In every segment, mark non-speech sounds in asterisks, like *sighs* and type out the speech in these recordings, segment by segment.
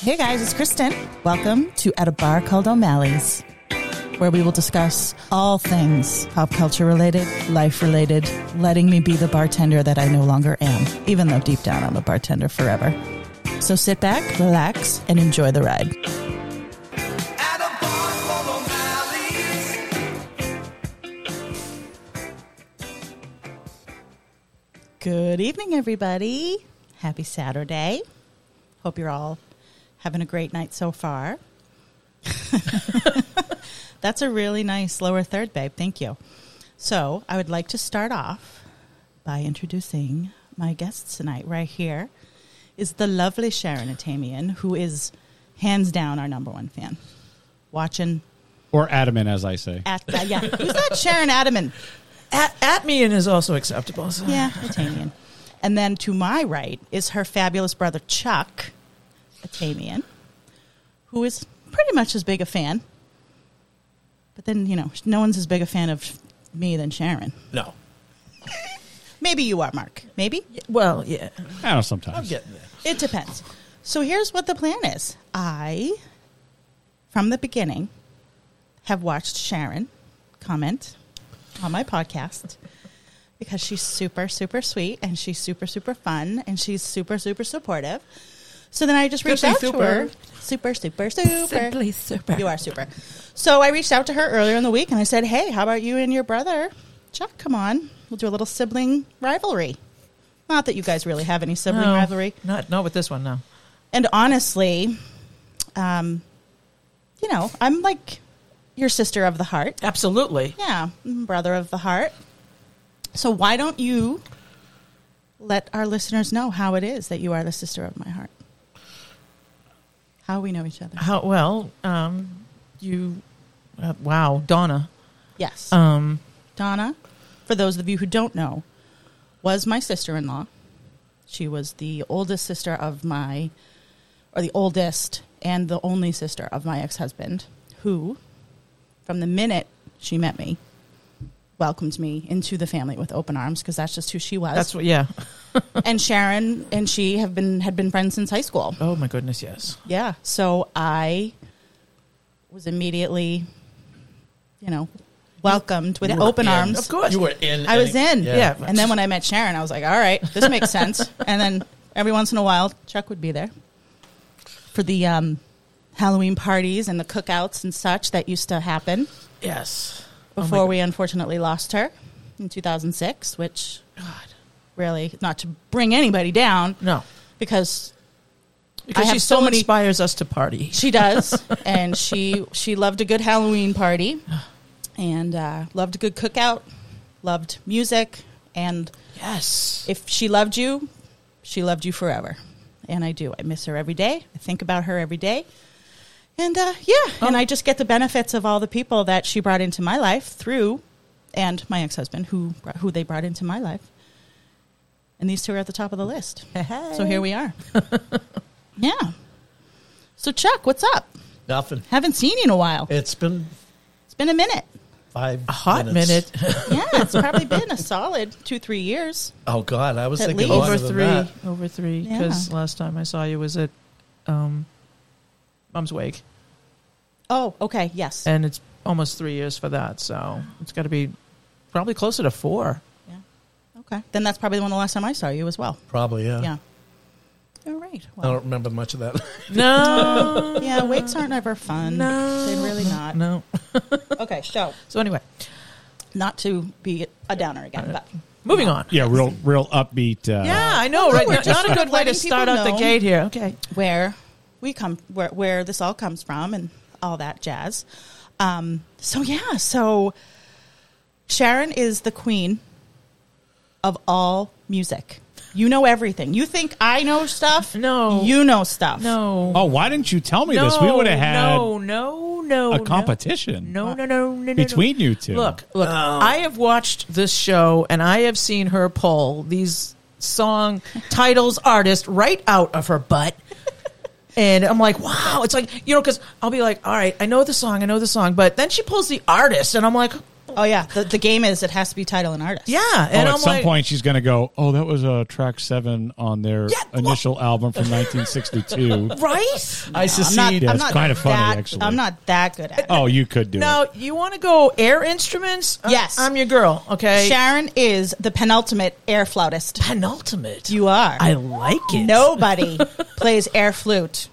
Hey guys, it's Kristen. Welcome to At a Bar Called O'Malley's, where we will discuss all things pop culture related, life related, letting me be the bartender that I no longer am, even though deep down I'm a bartender forever. So sit back, relax, and enjoy the ride. At a bar called O'Malley's. Good evening, everybody. Happy Saturday. Hope you're all having a great night so far. *laughs* That's a really nice lower third, babe. Thank you. So, I would like to start off by introducing my guests tonight. Right here is the lovely Sharon Atamian, who is hands down our number one fan. Watching or adamant, as I say. at the, yeah, who's that? Sharon Adaman. At, at me and is also acceptable. So. Yeah, Atamian. And then to my right is her fabulous brother Chuck Atamian, who is pretty much as big a fan. But then, you know, no one's as big a fan of me than Sharon. No. Maybe you are, Mark. Maybe? Well, yeah. I don't know, sometimes. I'm getting there. It depends. So here's what the plan is I, from the beginning, have watched Sharon comment on my podcast because she's super, super sweet and she's super, super fun and she's super, super supportive. So then I just reached out Simply to her. Super, super, super. Simply super. You are super. So I reached out to her earlier in the week and I said, hey, how about you and your brother, Chuck, come on? We'll do a little sibling rivalry. Not that you guys really have any sibling No. rivalry. Not, not with this one, no. And honestly, um, you know, I'm like your sister of the heart. Absolutely. Yeah, mm, brother of the heart. So why don't you let our listeners know how it is that you are the sister of my heart? How we know each other. How, well, um, you, uh, wow, Donna. Yes. Um, Donna, for those of you who don't know, was my sister in law. She was the oldest sister of my, or the oldest and the only sister of my ex husband, who, from the minute she met me, welcomed me into the family with open arms because that's just who she was. that's what, yeah. and Sharon and she have been had been friends since high school. Oh my goodness, yes. Yeah. So I was immediately, you know, welcomed with open arms. Of course. You were in. I was in. Yeah. And then when I met Sharon, I was like, all right, this makes sense. *laughs* And then every once in a while, Chuck would be there for the um, Halloween parties and the cookouts and such that used to happen Yes. Oh my before we unfortunately lost her in 2006, which God. really, not to bring anybody down, No. because Because have she so so many- inspires us to party. She *laughs* does, and she she loved a good Halloween party, and uh, loved a good cookout, loved music, and Yes. if she loved you, she loved you forever, and I do. I miss her every day. I think about her every day, and uh, yeah, and I just get the benefits of all the people that she brought into my life through, and my ex husband who brought- who they brought into my life, and these two are at the top of the list. So here we are. yeah. So Chuck, what's up? Nothing. Haven't seen you in a while. It's been It's been a minute. five. A hot minutes. minute. Yeah, it's probably been a solid two, three years. Oh God, I was At thinking least. longer over than three, that. over three. Yeah. Because last time I saw you was at um, Mom's Wake, Oh, okay, yes. and it's almost three years for that. So it's got to be probably closer to four. yeah. Okay. Then that's probably when the last time I saw you as well. Probably yeah. Yeah. All right. I Well, don't remember much of that. *laughs* No, yeah, wakes aren't ever fun. No. They're really not. *laughs* no. Okay, so So anyway, not to be a downer again, but moving on. Yeah, real, real upbeat. Uh, Yeah, I know, right? we're Not, just not a good way to letting start people out the know. gate here. Okay. where we come where, where this all comes from and all that jazz um, so yeah so sharon is the queen of all music you know everything you think i know stuff No. you know stuff No. Oh, why didn't you tell me no, this? We would have had oh, no, no, no, a no. competition. No, no, no, no, no, Between no. you two. Look, look. I have watched this show, and I have seen her pull these song titles, artist right out of *laughs* her butt. And I'm like, wow! It's like you know, because I'll be like, all right, I know the song, I know the song, but then she pulls the artist, and I'm like, Oh yeah, the, the game is it has to be title and artist. Yeah, Oh, and at I'm some like, point she's going to go, oh, that was uh, track seven on their Yeah, look. initial album from *laughs* 1962. right? I I'm not. secede. Yeah, I'm it's not kinda funny, that- actually. I'm not that good at it. oh, you could do Now, it. you want to go air instruments? I- Yes. I'm your girl, okay? Sharon is the penultimate air flautist. Penultimate. You are. I like it. *laughs* Nobody plays air flute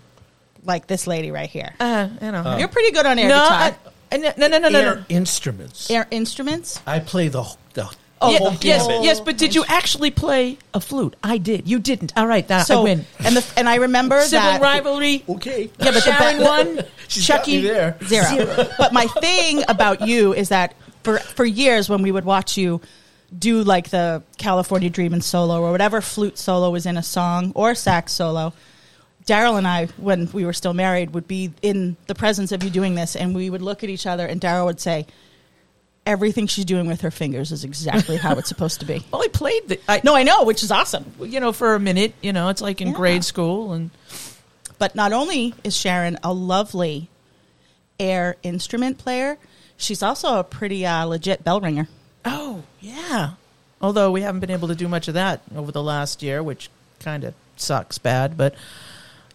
like this lady right here. Uh, I don't know. You're pretty good on air no, guitar. I- I- no, no, no, no, no. Air instruments. air instruments. I play the the. Oh, Ye- whole okay. yes, gamut. yes, but did you actually play a flute? I did. You didn't. All right, that I win. and the, and I remember Sibling that rivalry. Okay. Yeah, but Sharon be- *laughs* won. She's got Chucky me there. zero. But my thing about you is that for for years when we would watch you do like the California Dreamin' solo or whatever flute solo was in a song or sax solo, Daryl and I, when we were still married, would be in the presence of you doing this, and we would look at each other, and Daryl would say. Everything she's doing with her fingers is exactly how it's supposed to be. Well, I played the. I, No, I know, which is awesome. you know, for a minute. You know, it's like in Yeah. grade school, and But not only is Sharon a lovely air instrument player, she's also a pretty uh, legit bell ringer. oh yeah. Although we haven't been able to do much of that over the last year, which kind of sucks bad. But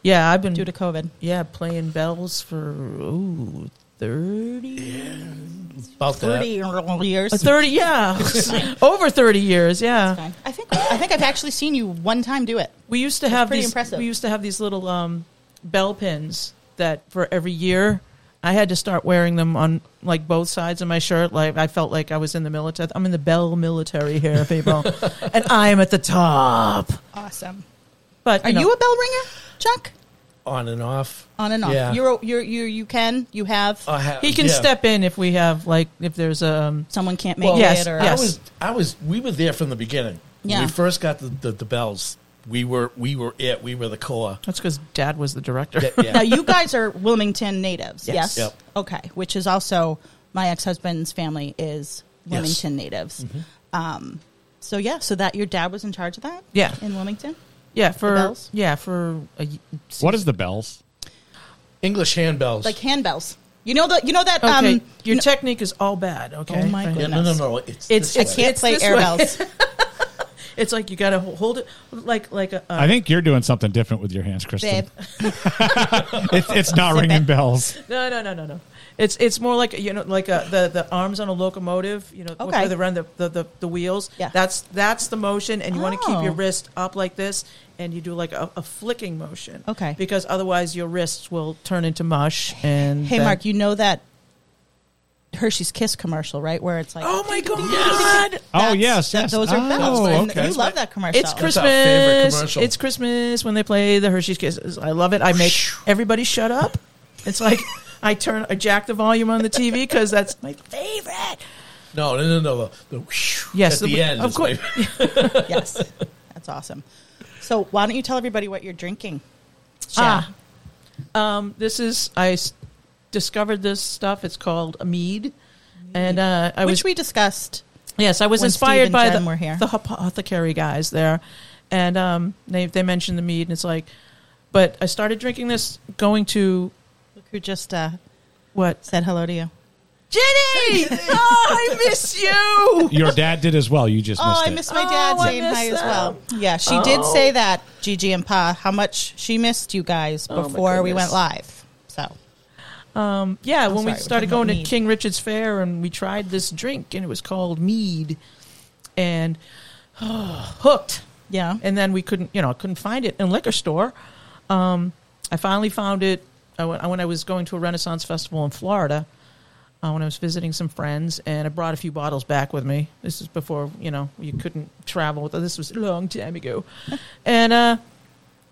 yeah, I've been due to COVID. yeah playing bells for ooh, 30, About that. 30 years. Uh, 30 yeah, *laughs* over thirty years. Yeah, I think I think I've actually seen you one time do it. We used to have pretty these. impressive. We used to have these little um, bell pins that for every year I had to start wearing them on like both sides of my shirt. Like I felt like I was in the military. I'm in the bell military here, *laughs* people, and I am at the top. Awesome. But Are you, know, a bell ringer, Chuck? On and off. On and off. Yeah. You're you're you you can you have I have- He can yeah. step in if we have like if there's a. Um, someone can't make Well, yes, it or yes. I was I was we were there from the beginning. Yeah. When we first got the, the, the bells, we were we were it. We were the core. that's because Dad was the director. That- Now yeah. you guys are Wilmington natives. Yes. Yes. Yep. Okay, which is also my ex-husband's family is Yes. Wilmington natives. Mm-hmm. Um so yeah, so that your dad was in charge of that? Yeah. In Wilmington? yeah, for bells? yeah for a, y- What is the bells? English handbells. Like handbells. You know the you know that okay. um your technique is all bad. Okay, Oh my Fine. yeah, goodness. no, no, no. It's It's- this way. I can't It's play this air *laughs* way. bells. It's like you gotta ho- hold it like like a. uh, I think you're doing something different with your hands, Babe. Kristen. *laughs* It's, it's *laughs* not Zip ringing it. bells. No, no, no, no, no. It's it's more like you know, like a, the the arms on a locomotive. You know, Okay. okay. they run the, the, the, the wheels. Yeah. that's that's the motion, and you want to keep your Oh. wrist up like this, and you do like a, a flicking motion. Okay. because otherwise your wrists will turn into mush. And Hey, then- Mark, you know that Hershey's Kiss commercial, right? Where it's like, oh my god, Oh that's- yes, that- yes. those are bells. Oh, and okay. You love that commercial. it's our favorite Christmas! commercial. It's Christmas when they play the Hershey's Kisses. I love it. I make everybody shut up. It's like *laughs* I turn I jack the volume on the TV because that's my favorite. No, no, no, no. The, the whoosh Yes, at the, the- end. of is course. my- *laughs* yes, that's awesome. So why don't you tell everybody what you're drinking? Ah. Sharon? Um, this is I s- discovered this stuff. It's called a mead, and uh, I which was we discussed. yes, I was when Steve inspired and by Jen the were here. the apothecary guys there, and um, they they mentioned the mead, and it's like, but I started drinking this going to Look who just uh, what said hello to you. Jenny? *laughs* oh, I *laughs* miss you. Your dad did as well. You just Oh, missed I it. miss my Oh, dad I saying miss hi as them. well. Yeah, she did Oh. say that Gigi and Pa how much she missed you guys Oh, my before we went goodness. live. So Um, yeah, when sorry, we we're started talking going about to mead. King Richard's Fair and we tried this drink, and it was called mead, and *sighs* hooked. yeah, and then we couldn't you know I couldn't find it in liquor store um, i finally found it I went- when i was going to a renaissance festival in florida uh, when i was visiting some friends and i brought a few bottles back with me this is before you know you couldn't travel with this was a long *laughs* time ago and uh,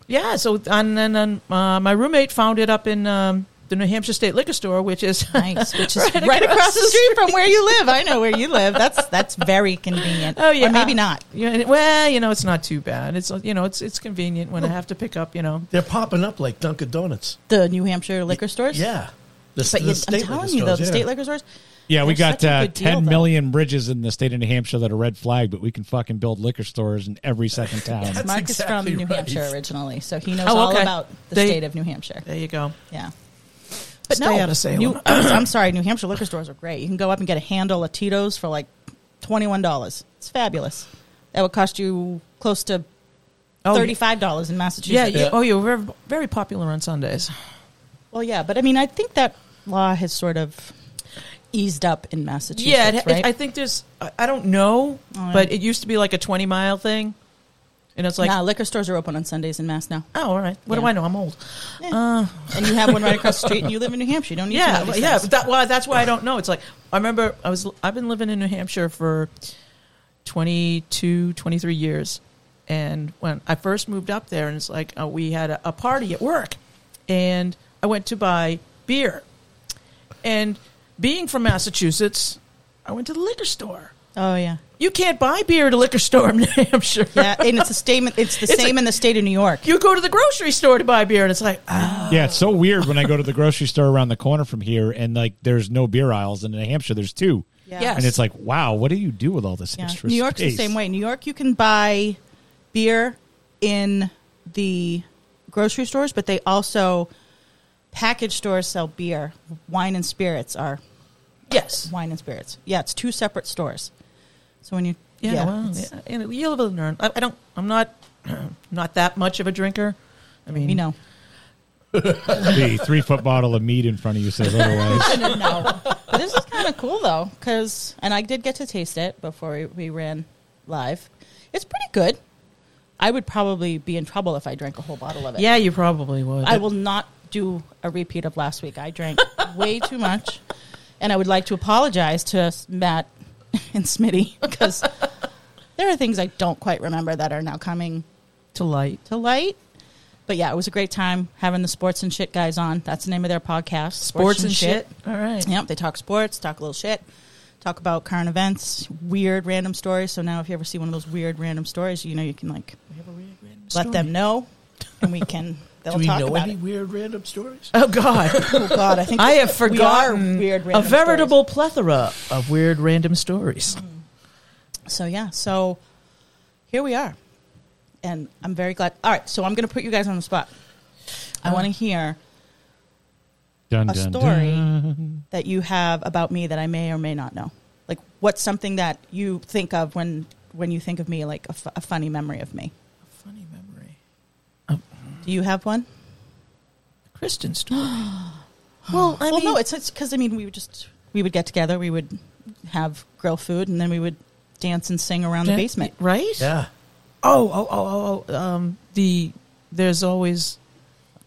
yeah so and then and, uh, my roommate found it up in um, the new hampshire state liquor store which is *laughs* oh, nice. Which is right, across the street from where you live. I know where you live. That's that's very convenient. Oh yeah, or maybe not. Yeah, well, you know, it's not too bad. It's you know, it's it's convenient when I have to pick up. You know, They're popping up like Dunkin' Donuts. The New Hampshire liquor stores. Yeah. The, But the you, I'm state telling liquor you though, stores, the yeah. state liquor stores. Yeah, we they're got such a uh, good deal, 10 though. million bridges in the state of New Hampshire that are red flag, but we can fucking build liquor stores in every *laughs* second town. That's Mark is exactly from New right. Hampshire originally, so he knows Oh, all okay. about the They- state of New Hampshire. there you go. Yeah. But Stay no, out of Salem. New- *clears throat* I'm sorry, New Hampshire liquor stores are great. You can go up and get a handle of Tito's for like twenty one dollars. It's fabulous. That would cost you close to Oh, thirty five dollars in Massachusetts. Yeah, yeah. Yeah. Oh, you were very, very popular on Sundays. Well, yeah, but I mean, I think that law has sort of eased up in Massachusetts. Yeah, it, it- right? I think there's. I, I don't know, Oh, yeah. but it used to be like a 20 mile thing, and it's like, nah, liquor stores are open on Sundays in Mass now, oh, all right. What do Yeah. I know? I'm old. and you have one right across the street, and you live in New Hampshire. You don't need to yeah, know well, these yeah. things. That, well, that's why I don't know. It's like I remember I was I've been living in New Hampshire for 22, 23 years, and when I first moved up there, and it's like uh, we had a, a party at work, and I went to buy beer, and being from Massachusetts, I went to the liquor store. Oh yeah, You can't buy beer at a liquor store in New Hampshire. yeah, and it's a statement. It's the It's same a- in the state of New York. *laughs* You go to the grocery store to buy beer, and it's like, ah, Yeah, it's Oh. so weird when I go *laughs* to the grocery store around the corner from here, and like there's no beer aisles, and in New Hampshire there's two. Yes. And it's like, wow, what do you do with all this Yeah. extra New York's space? the same way. New York, you can buy beer in the grocery stores, but they also package stores sell beer. Wine and spirits are yes. wine and spirits. Yeah, it's two separate stores. So when you Yeah, well, it's- yeah, and you live and learn. I, I don't. I'm not *clears throat* not that much of a drinker. I mean, you know, *laughs* The three foot bottle of meat in front of you says otherwise. no. But this is kind of cool though, because and I did get to taste it before we, we ran live. It's pretty good. I would probably be in trouble if I drank a whole bottle of it. Yeah, you probably would. I will not do a repeat of last week. I drank way too much, and I would like to apologize to Matt *laughs* and Smitty because there are things I don't quite remember that are now coming to light. to light. But yeah, it was a great time having the sports and shit guys on. That's the name of their podcast, Sports and shit. All right. Yep, they talk sports, talk a little shit, talk about current events, weird random stories. So now, if you ever see one of those weird random stories, you know you can like let them know, and we *laughs* can they'll Do we talk know about any it. weird random stories? Oh God, Oh God, I think I *laughs* have we are forgotten weird a random Hmm. veritable plethora of weird random stories. stories. So yeah, so here we are, and I'm very glad. All right, so I'm going to put you guys on the spot. Uh, I want to hear *laughs* Dun, a dun, story dun. that you have about me that I may or may not know. Like, what's something that you think of when when you think of me, like a, f- a funny memory of me? Funny memory. Do you have one? Kristen story. *gasps* well, I well, mean, no, it's it's because I mean we would just we would get together, we would have grill food, and then we would dance and sing around the basement. *gasps* right? Yeah. Oh, oh, oh, oh, oh. Um, the there's always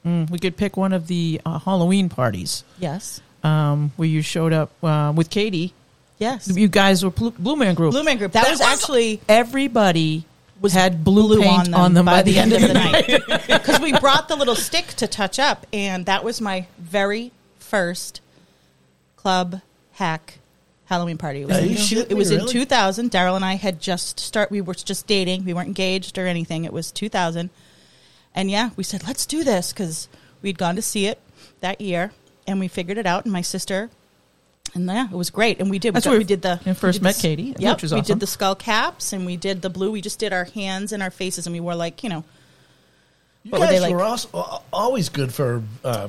mm, we could pick one of the uh, Halloween parties Yes, um, where you showed up uh, with Katie. yes. You guys were Blue, Blue Man Group. Blue Man Group. That was actually- everybody was had blue, blue paint on them, by, the end of the night *laughs* because we brought the little stick to touch up, and that was my very first club hack Halloween party. It was, Are in, you two- shitting it was me, in really? 2000. Daryl and I had just start. We were just dating. We weren't engaged or anything. It was 2000, and yeah, we said let's do this because we'd gone to see it that year, and we figured it out. And my sister. And yeah, it was great, and we did. That's we, got- where we did the I first we did met the- Katie, which Yep, was we awesome. did the skull caps, and we did the blue. We just did our hands and our faces, and we wore like you know You What were guys they were, like? also, a- always good for uh,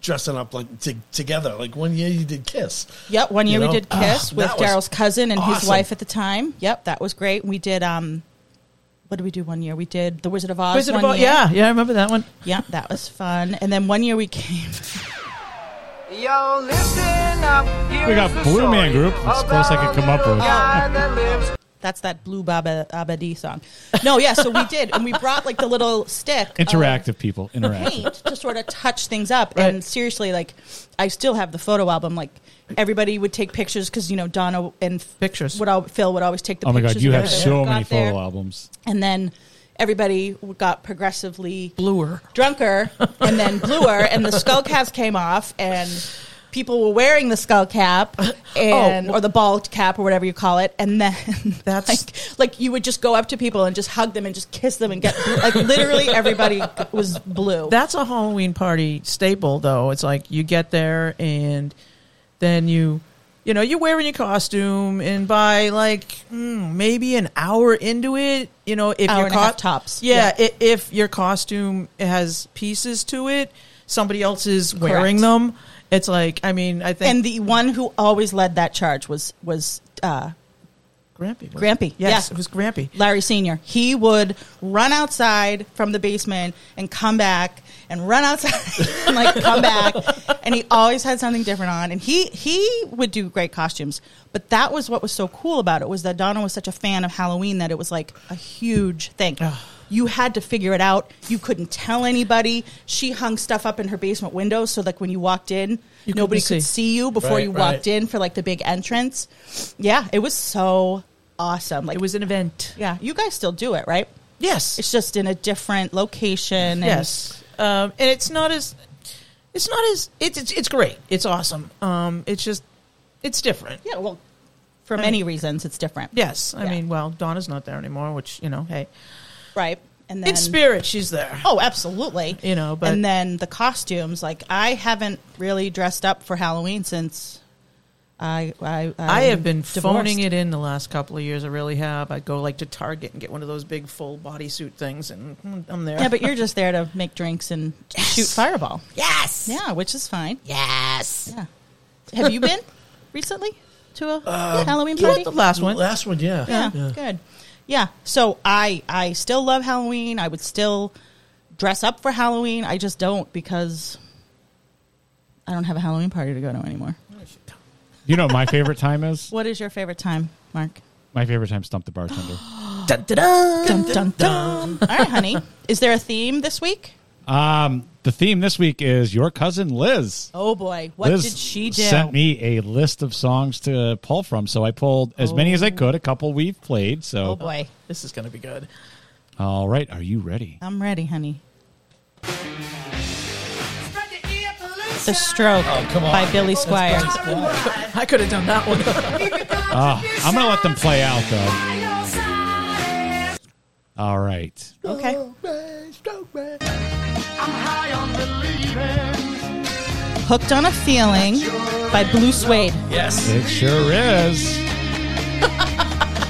dressing up like t- together. Like one year you did Kiss. Yep, one You year know? we did Kiss Ah, with that was Daryl's cousin and his awesome. wife at the time. Yep, that was great. We did um what did we do one year? We did The Wizard of Oz. Wizard of one Oz- year. Yeah, yeah, I remember that one. Yeah, that was fun. And then one year we came *laughs* Yo, listen up. We got Blue Man Group. That's the closest I could come up with. that's that blue Baba Abadi song. No, yeah, so we did. And we brought like the little stick. *laughs* of Interactive people. Interactive. Paint to sort of touch things up, Right. and seriously, like I still have the photo album. Like everybody would take pictures because you know Donna and Pictures. Would al- Phil would always take the Oh my pictures. god, you of have everything so that many got there. photo albums. and then everybody w- got progressively Bluer. drunker and then bluer and the skull caps came off and people were wearing the skull *laughs* cap Oh, and or the bald cap or whatever you call it and then *laughs* That's- like, like you would just go up to people and just hug them and just kiss them and get like literally *laughs* everybody was blue That's a Halloween party staple, though. It's like you get there and then you, you know, you're wearing your costume, and by like mm, maybe an hour into it, you know, if Hour your and a half tops. yeah, i if your costume has pieces to it, somebody else is wearing them, It's like I mean I think And the one who always led that charge was was uh, Grampy. was- Grampy, Yes, yeah. it was Grampy. Larry Senior. He would run outside from the basement and come back and run outside *laughs* and like come back, and he always had something different on. And he he would do great costumes, but that was what was so cool about it was that Donna was such a fan of Halloween that it was like a huge thing. You had to figure it out. You couldn't tell anybody. She hung stuff up in her basement window so like when you walked in, You nobody couldn't could see. see you before Right, you right. walked in for like the big entrance. Yeah, it was so awesome. Like It was an event. yeah, you guys still do it, right? Yes. It's just in a different location. And yes. Um, and it's not as it's not as it's it's, it's great. It's awesome. Um, it's just it's different. Yeah, well, for I many mean- reasons, it's different. Yes. I Yeah. mean, well, Donna's not there anymore, which, you know, hey. Right. And then In spirit, she's there. Oh, absolutely. You know, but- and then the costumes. Like I haven't really dressed up for Halloween since I I I have been phoning it in the last couple of years. I really have. I go like to Target and get one of those big full bodysuit things, and mm, I'm there. Yeah, but you're just there to make drinks and shoot fireball. yes, Yeah, which is fine. yes. Yeah. Have you *laughs* been recently to a Halloween You party? had the *gasps* last one. Last one, yeah. yeah, good yeah so i i still love halloween i would still dress up for halloween i just don't because i don't have a halloween party to go to anymore You know, what my favorite time is what is your favorite time mark my favorite time. Stump *gasps* the bartender. Dun, dun, dun. dun dun dun all right honey is there a theme this week Um, the theme this week is your cousin Liz. oh boy what Liz did she do Sent me a list of songs to pull from, so I pulled as many as I could. A couple we've played. oh So, boy This is going to be good. all right, are you ready? i'm ready honey The the stroke Oh, by billy squire I could have done that one. Oh, I'm gonna let them play out though. though. All right, okay I'm high on believing. hooked on a feeling by blue suede Yes. it sure is. *laughs*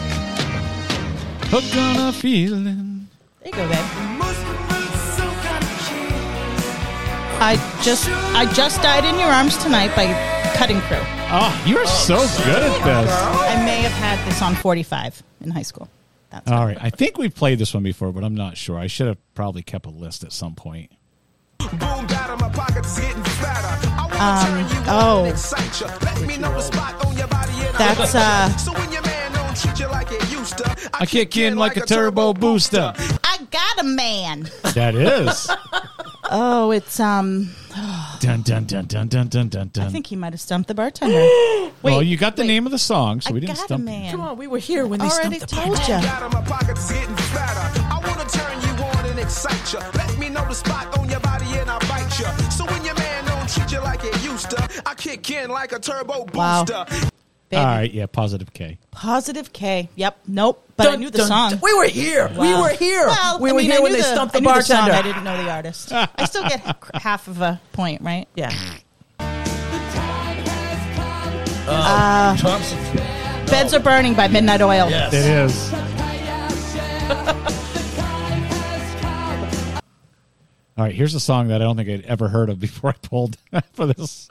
Hooked on a feeling. there you go babe Must be some kind of kid. i just i just died in your arms tonight by cutting crew Oh, you're so good at I may have had this on 45 in high school. That's this. All right, I think we played this one before, but I'm not sure. I should have probably kept a list at some point. Boom, got in my pocket, it's getting fatter. I wanna turn you up oh. and excite ya. Let me know the spot on your body and I'll That's, hit ya. uh, So when your man don't treat you like it used to, I kick in like a turbo booster. I got a man. *laughs* That is. Oh, it's um. Dun dun dun dun dun dun dun dun. I think he might have stumped the *gasps* bartender. well, wait, you got the wait. name of the song, so I we didn't got a stump you. man. Come on, we were here when they Already stumped the told bar. you. Got in my pocket, it's getting fatter. I wanna turn you on and excite ya. Let me know the spot on your body and I'll bite ya. So when your man don't treat you like it used to, I kick in like a turbo Wow. booster. Baby. All right, yeah, positive K. Positive K. Yep. Nope. But I Dun, knew the dun, song. dun. We were here. Wow. We were here. Well, we I were mean, I here when knew they the- stumped the I knew bartender. song, I didn't know the *laughs* artist. I still get h- half of a point, right? yeah. Uh. Thompson. Beds are burning by Midnight Oil. Yes. It is. *laughs* All right, here's a song that I don't think I'd ever heard of before I pulled *laughs* for this.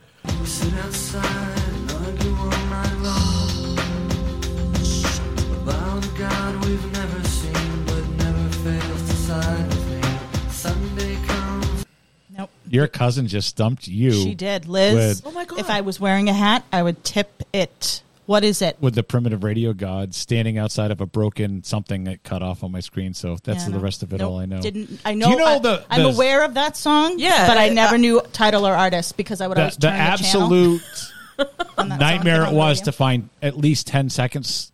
Nope. Your cousin just stumped you. She did, Liz. With, Oh my God. If I was wearing a hat, I would tip it. What is it? with the primitive radio god standing outside of a broken something that cut off on my screen. So that's Yeah, the no. rest of it Nope. all I know. Didn't I Do know? you know I, the, I'm the- aware of that song. Yeah, but I uh, never uh, knew title or artist because I would the, always the turn the channel absolute *laughs* on that song nightmare came it on was radio. to find at least 10 seconds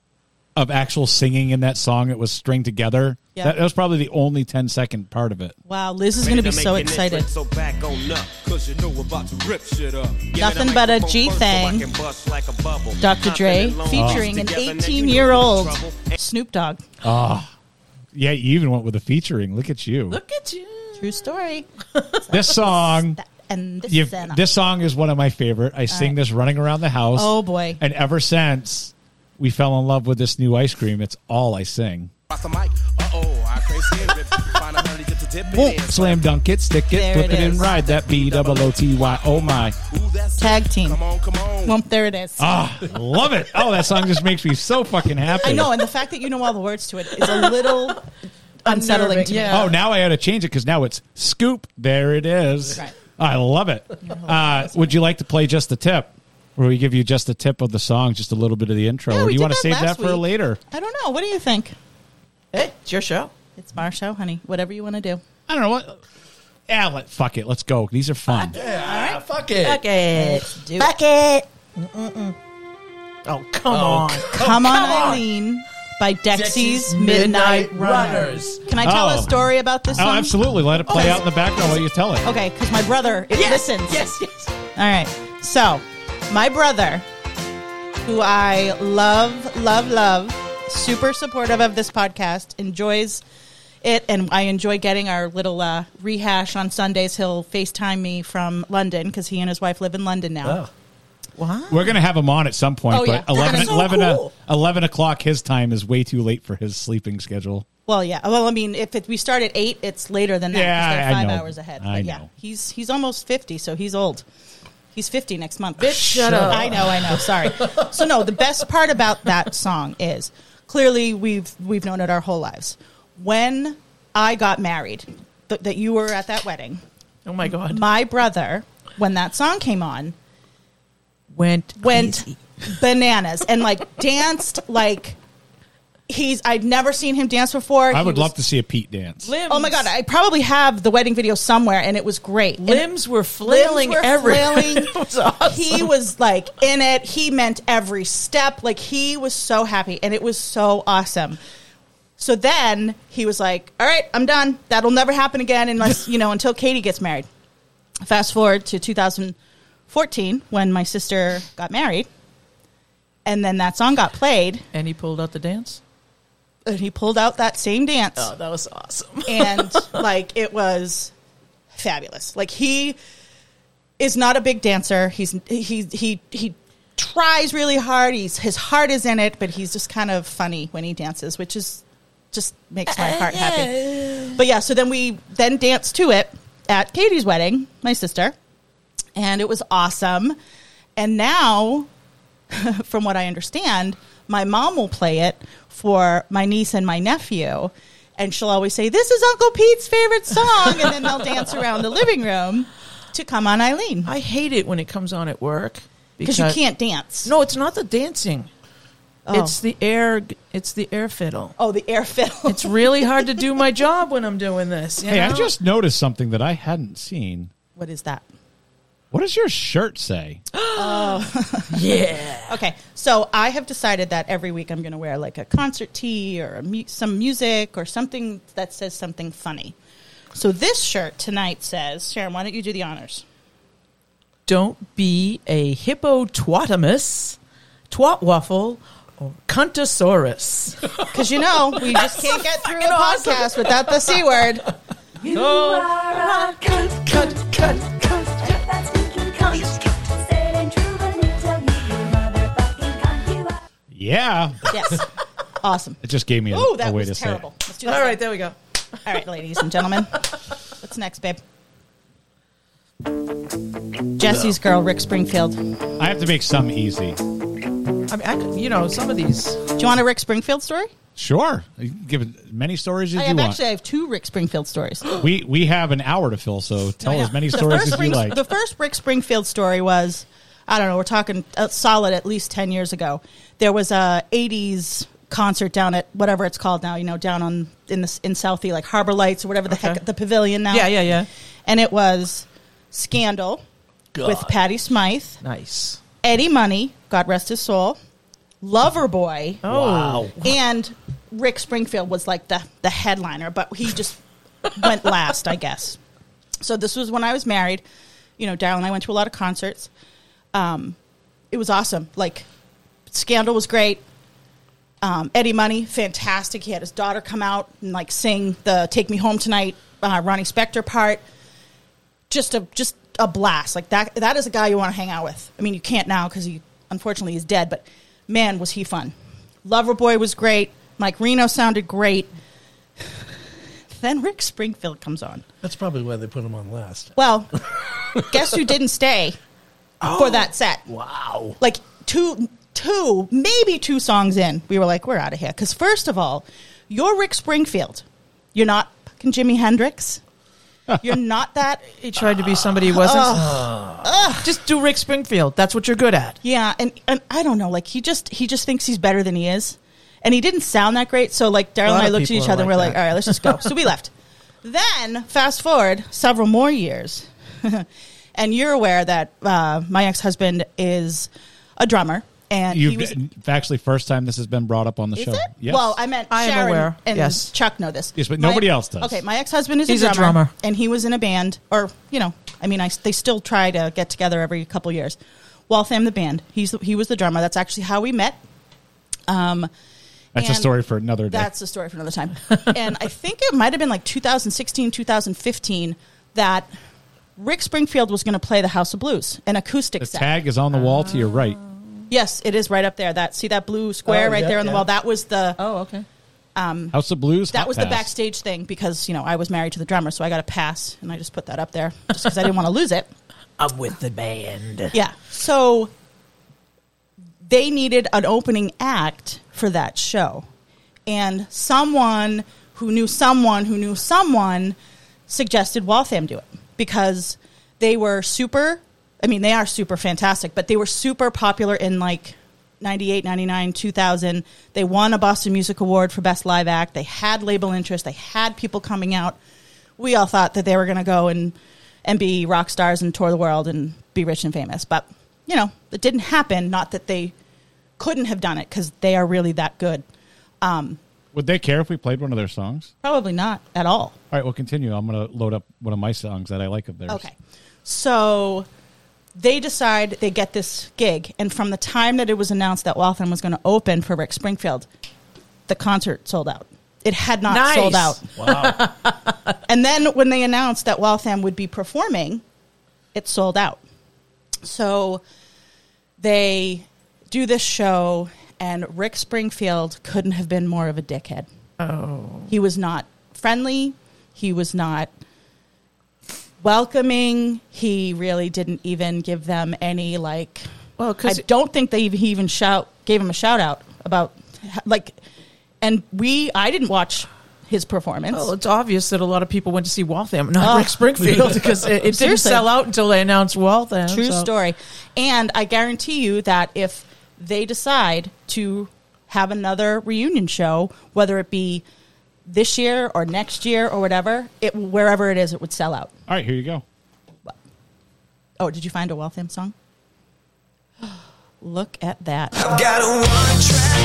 of actual singing in that song that was stringed together. Yeah. That, that was probably the only 10 second part of it. Wow, Liz is going to be so excited. So back on up, cause you know we're about to rip shit up. Give me Nothing the but a microphone G first so thing. I can bust like a bubble. Dr. Dre Confident loans featuring an Oh. together, now 18 you year know old you're in trouble. Snoop Dogg. Yeah, you even went with the featuring. Look at you. *laughs* Look at you. True story. this song. That- And this you- is Santa. this song is one of my favorite. I sing right. this running around the house. Oh, boy. And ever since we fell in love with this new ice cream, it's all I sing. Off the mic. Uh oh, I crave Whoa, slam dunk it, stick it, There flip it it, and is. ride that B double O T Y. Oh my! Tag team. Come on, come on. Well, there it is. Ah, love it. Oh, that song just makes me so fucking happy. I know, and the fact that you know all the words to it is a little unsettling to me. yeah. Oh, now I got to change it because now it's scoop. There it is. Right. I love it. Uh, would you like to play just the tip? Where we give you just the tip of the song, just a little bit of the intro. Yeah, or we do you did want to that save last that for week. later? I don't know. What do you think? Hey, it's your show. It's our show, honey. Whatever you want to do. I don't know what. Yeah, let, fuck it. Let's go. These are fun. Uh, Yeah, fuck it. Okay. Do it. Bucket. Oh, come on. Come on, Eileen by Dexy's Midnight Runners. Can I tell Oh. a story about this Oh, song? absolutely. Let it play out in the background while you tell it. Okay, because my brother it listens. Yes, yes. All right. So, my brother, who I love, love, love, super supportive of this podcast, enjoys it, and I enjoy getting our little uh, rehash on Sundays. He'll FaceTime me from London because he and his wife live in London now. Oh. Wow. We're going to have him on at some point, Oh, yeah. but 11, That's so 11, uh, cool. 11 o'clock his time is way too late for his sleeping schedule. Well, yeah. Well, I mean, if it, we start at eight, it's later than that. 'cause Yeah, they're I- I five know. hours ahead. I But yeah, know. he's he's almost fifty, so he's old. He's fifty next month. Bitch, shut up. I know, I know. Sorry. so no, the best part about that song is clearly we've we've known it our whole lives. When I got married, th- that you were at that wedding, Oh, my God. my brother, when that song came on, Went. went crazy. bananas and like danced like he's I'd never seen him dance before. I He would was- love to see a Pete dance. Limbs. Oh my god, I probably have the wedding video somewhere, and it was great. And limbs were limbs flailing were everywhere. *laughs* flailing. It was awesome. He was like in it. He meant every step. Like he was so happy, and it was so awesome. So then he was like, "All right, I'm done. That'll never happen again unless you know until Katie gets married." Fast forward to 2014 when my sister got married, and then that song got played, *laughs* and he pulled out the dance. and he pulled out that same dance Oh, that was awesome. and like it was fabulous. Like he is not a big dancer. He's he he he tries really hard. He's his heart is in it, but he's just kind of funny when he dances, which is just makes my heart happy. But yeah, so then we then danced to it at Katie's wedding, my sister, and it was awesome. And now, *laughs* from what I understand, my mom will play it for my niece and my nephew. And she'll always say, This is Uncle Pete's favorite song. And then they'll dance around the living room to Come On Eileen. I hate it when it comes on at work Because you can't dance. No, it's not the dancing. Oh. It's the air. It's the air fiddle. Oh, the air *laughs* fiddle. It's really hard to do my job when I'm doing *laughs* this. you Hey, I know? just noticed something that I hadn't seen. what is that? What does your shirt say? Uh, yeah. Okay, so I have decided that every week I'm going to wear like a concert tee or a mu- some music or something that says something funny. So this shirt tonight says, Sharon, why don't you do the honors? Don't be a hippopotamus, twat waffle, or cuntosaurus. Because you know, we just can't get through a podcast without the C word. Yeah. Yes. Awesome. It just gave me a, Oh, a that way was to terrible. Let's do that. *laughs* All right, again. there we go. All right, ladies and gentlemen. What's next, babe? Jesse's girl, Rick Springfield. Do say it. I have to make some easy. I mean, I could, you know, some of these. you want a Rick Springfield story? Sure. You can give as many stories as I you have want. actually I have two Rick Springfield stories. we we have an hour to fill, so tell as many stories as you Spring- like. The first Rick Springfield story was, I don't know, we're talking uh, solid at least 10 years ago. There was a 80s concert down at whatever it's called now, you know, down on in the in Southie, like Harbor Lights or whatever the Okay. heck, the pavilion now. Yeah, yeah, yeah. And it was Scandal with Patti Smythe, Nice. Eddie Money, God rest his soul, Loverboy, Oh. Wow. and Rick Springfield was like the the headliner, but he just went last, I guess. So this was when I was married. You know, Daryl and I went to a lot of concerts. Um, it was awesome. Like, Scandal was great. Um, Eddie Money, fantastic. He had his daughter come out and like sing the "Take Me Home Tonight" uh, Ronnie Spector part. Just a just a blast. Like that. That is a guy you want to hang out with. I mean, you can't now because he unfortunately is dead. But man, was he fun. Loverboy was great. Mike Reno sounded great. *sighs* Then Rick Springfield comes on. That's probably why they put him on last. Well, guess who didn't stay for that set? Wow. Like two, two, maybe two songs in, we were like, we're out of here. Because first of all, you're Rick Springfield. You're not fucking Jimi Hendrix. You're not that. He tried to be somebody he wasn't. Just do Rick Springfield. That's what you're good at. Yeah, and, and I don't know. Like he just he just thinks he's better than he is, and he didn't sound that great. So like Daryl lot and I of looked at people each are other and like we're like, that. all right, let's just go. so we *laughs* left. Then fast forward several more years, *laughs* and you're aware that uh, my ex husband is a drummer, and he You've was. actually first time this has been brought up on the Is show. it? Yes. Well, I meant I am Sharon aware, and yes. Chuck know this. Yes, but My- nobody else does. Okay, my ex-husband is He's a, a drummer, drummer. and he was in a band, or you know, I mean, I they still try to get together every couple years. Waltham the band. He's the, he was the drummer. That's actually how we met. Um, that's a and story for another day. that's a story for another time. *laughs* and I think it might have been like 2016, 2015 that Rick Springfield was going to play the House of Blues, an acoustic the set. tag is on the wall to your right. Um, Yes, it is right up there. That see that blue square Oh, right yeah, there on the yeah. wall. That was the Oh, okay. House of Blues. that Hot was the Pass. backstage thing because you know I was married to the drummer, so I got a pass, and I just put that up there just because I didn't want to lose it. I'm with the band. Yeah, so they needed an opening act for that show, and someone who knew someone who knew someone suggested Waltham do it because they were super. I mean, they are super fantastic, but they were super popular in like 98, 99, 2000. They won a Boston Music Award for Best Live Act. They had label interest. They had people coming out. We all thought that they were going to go and, and be rock stars and tour the world and be rich and famous. But, you know, it didn't happen. Not that they couldn't have done it because they are really that good. Um, Would they care if we played one of their songs? probably not at all. All right, we'll continue. I'm going to load up one of my songs that I like of theirs. Okay. So they decide they get this gig. And from the time that it was announced that Waltham was going to open for Rick Springfield, the concert sold out. It had not Nice. sold out. Wow. *laughs* And then when they announced that Waltham would be performing, it sold out. So they do this show, and Rick Springfield couldn't have been more of a dickhead. Oh. He was not friendly. He was not welcoming. He really didn't even give them any, like, Well, I 'cause- don't think they even, he even shout, gave him a shout out about, like, and we, I didn't watch his performance. Well, it's obvious that a lot of people went to see Waltham, not Rick Springfield, *laughs* because it, it didn't Seriously. sell out until they announced Waltham. True so- story. And I guarantee you that if they decide to have another reunion show, whether it be this year or next year or whatever, it wherever it is, it would sell out. All right, here you go. Oh, did you find a Waltham song? *gasps* Look at that. Got a one-track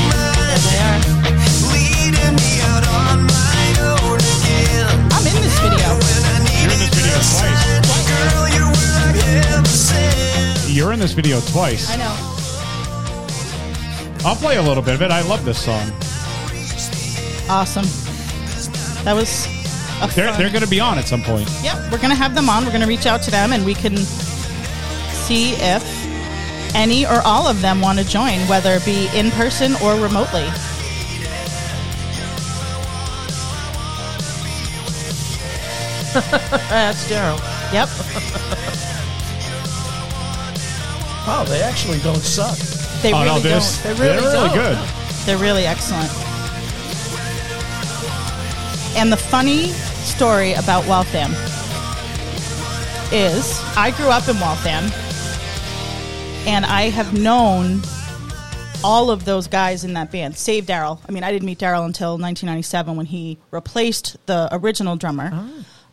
mind, leading me out on my own again. I'm in this video. You're in this video twice. Girl, you're where I ever sent. You're in this video twice. I know. I'll play a little bit of it. I love this song. Awesome. That was a They're, fun- they're going to be on at some point. Yep, we're gonna have them on. We're gonna reach out to them, and we can see if any or all of them want to join, whether it be in person or remotely. That's Daryl. Yep. wow, they actually don't suck. They oh, really no, this, don't. they're really, don't. good. They're really excellent. And the funny story about Waltham is I grew up in Waltham and I have known all of those guys in that band, save Daryl. I mean, I didn't meet Daryl until 1997 when he replaced the original drummer.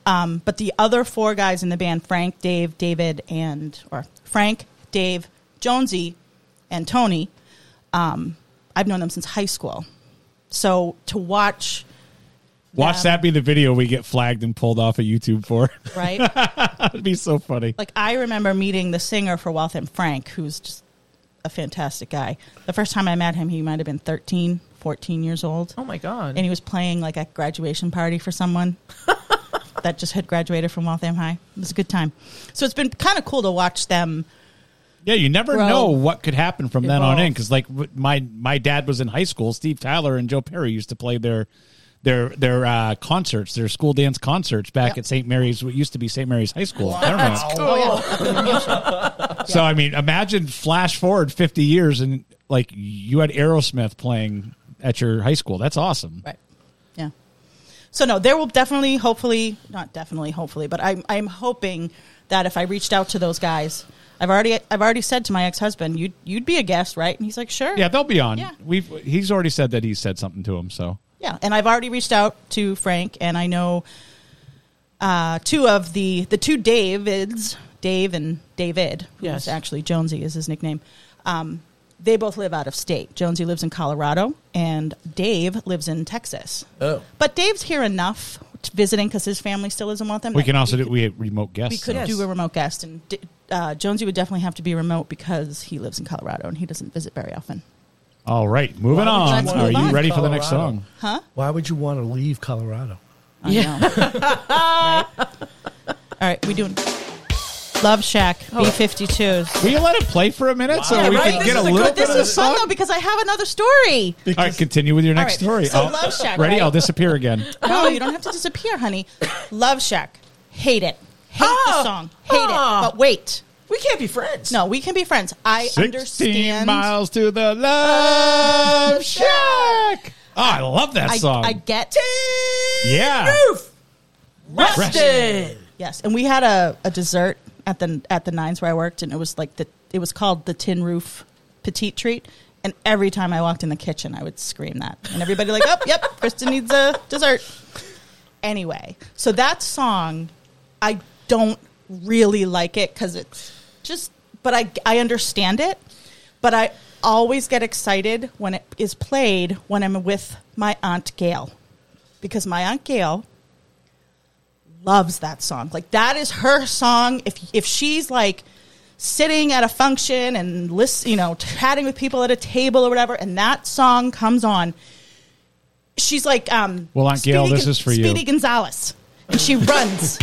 Um, but the other four guys in the band, Frank, Dave, David, and, or Frank, Dave, Jonesy, and Tony, I've known them since high school. So to watch, Watch Yeah. that be the video we get flagged and pulled off of YouTube for. *laughs* right? That'd be so funny. like I remember meeting the singer for Waltham Frank, who's just a fantastic guy. The first time I met him, he might have been 13, 14 years old. Oh my God. And he was playing like a graduation party for someone that just had graduated from Waltham High. It was a good time. So it's been kind of cool to watch them. Yeah, you never Grow. know what could happen from then on in Evolve. because, like, w- my my dad was in high school. Steve Tyler and Joe Perry used to play their their their uh, concerts, their school dance concerts back at St. Mary's, what used to be St. Mary's High School. I don't know. Oh. So I mean, imagine flash forward fifty years and like you had Aerosmith playing at your high school. That's awesome. Right. Yeah. So no, there will definitely, hopefully, not definitely, hopefully, but I'm I'm hoping that if I reached out to those guys, I've already I've already said to my ex husband, you'd you'd be a guest, right? And he's like, sure. Yeah, they'll be on. Yeah. We've he's already said that he said something to him. So Yeah, and I've already reached out to Frank, and I know uh, two of the the two Davids, Dave and David, who's Yes. actually Jonesy is his nickname. Um, they both live out of state. Jonesy lives in Colorado, and Dave lives in Texas. Oh. but Dave's here enough t- visiting because his family still doesn't want them. we that can also we do we have remote guests. could, we could so. Yes. do a remote guest, and D- uh, Jonesy would definitely have to be remote because he lives in Colorado and he doesn't visit very often. All right, moving Why would on. you want to Are move you on? ready for the next Colorado. song? Why would you want to leave Colorado? I know. *laughs* right? All right, we doing Love Shack B52s. Will you let it play for a minute so Wow. Yeah, we right? can This get a is a little bit good- This of the is fun song? though because I have another story. All right, continue with your next All right, story. so I'll- Love Shack, ready? Oh, right? I'll *laughs* disappear again. No, you don't have to disappear, *coughs* honey. Love Shack. Hate it. Hate Oh. Ah! the song. Hate Oh. it. But wait. We can't be friends. No, we can be friends. I 16 understand. miles to *laughs* the Love Shack. Oh, I love that I, song. I get yeah. Roof. Rusted. Yes, and we had a, a dessert at the at the nines where I worked, and it was like the it was called the Tin Roof Petite Treat. And every time I walked in the kitchen, I would scream that, and everybody like, "Oh, yep, Kristen needs a dessert." Anyway, so that song, I don't really like it because it's just, but I I understand it, but I always get excited when it is played when I'm with my aunt Gail, because my aunt Gail loves that song. Like that is her song. If if she's like sitting at a function and list, you know, chatting with people at a table or whatever, and that song comes on, she's like, um, Well, Aunt Gail, Speedy this Gon- is for you. Speedy Gonzalez, and she runs.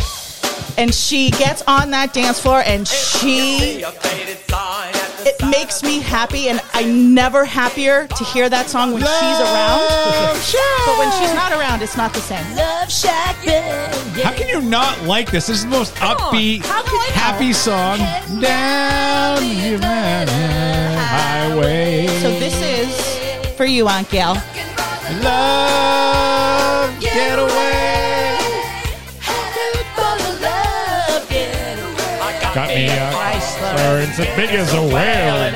And she gets on that dance floor and she. It makes me happy, and I'm never happier to hear that song when she's around. *laughs* But when she's not around, it's not the same. How can you not like this? This is the most upbeat, How can I happy song. Down Human Highway. So this is for you, Aunt Gail. Love Getaway. Got me uh, swearing some big as a whale.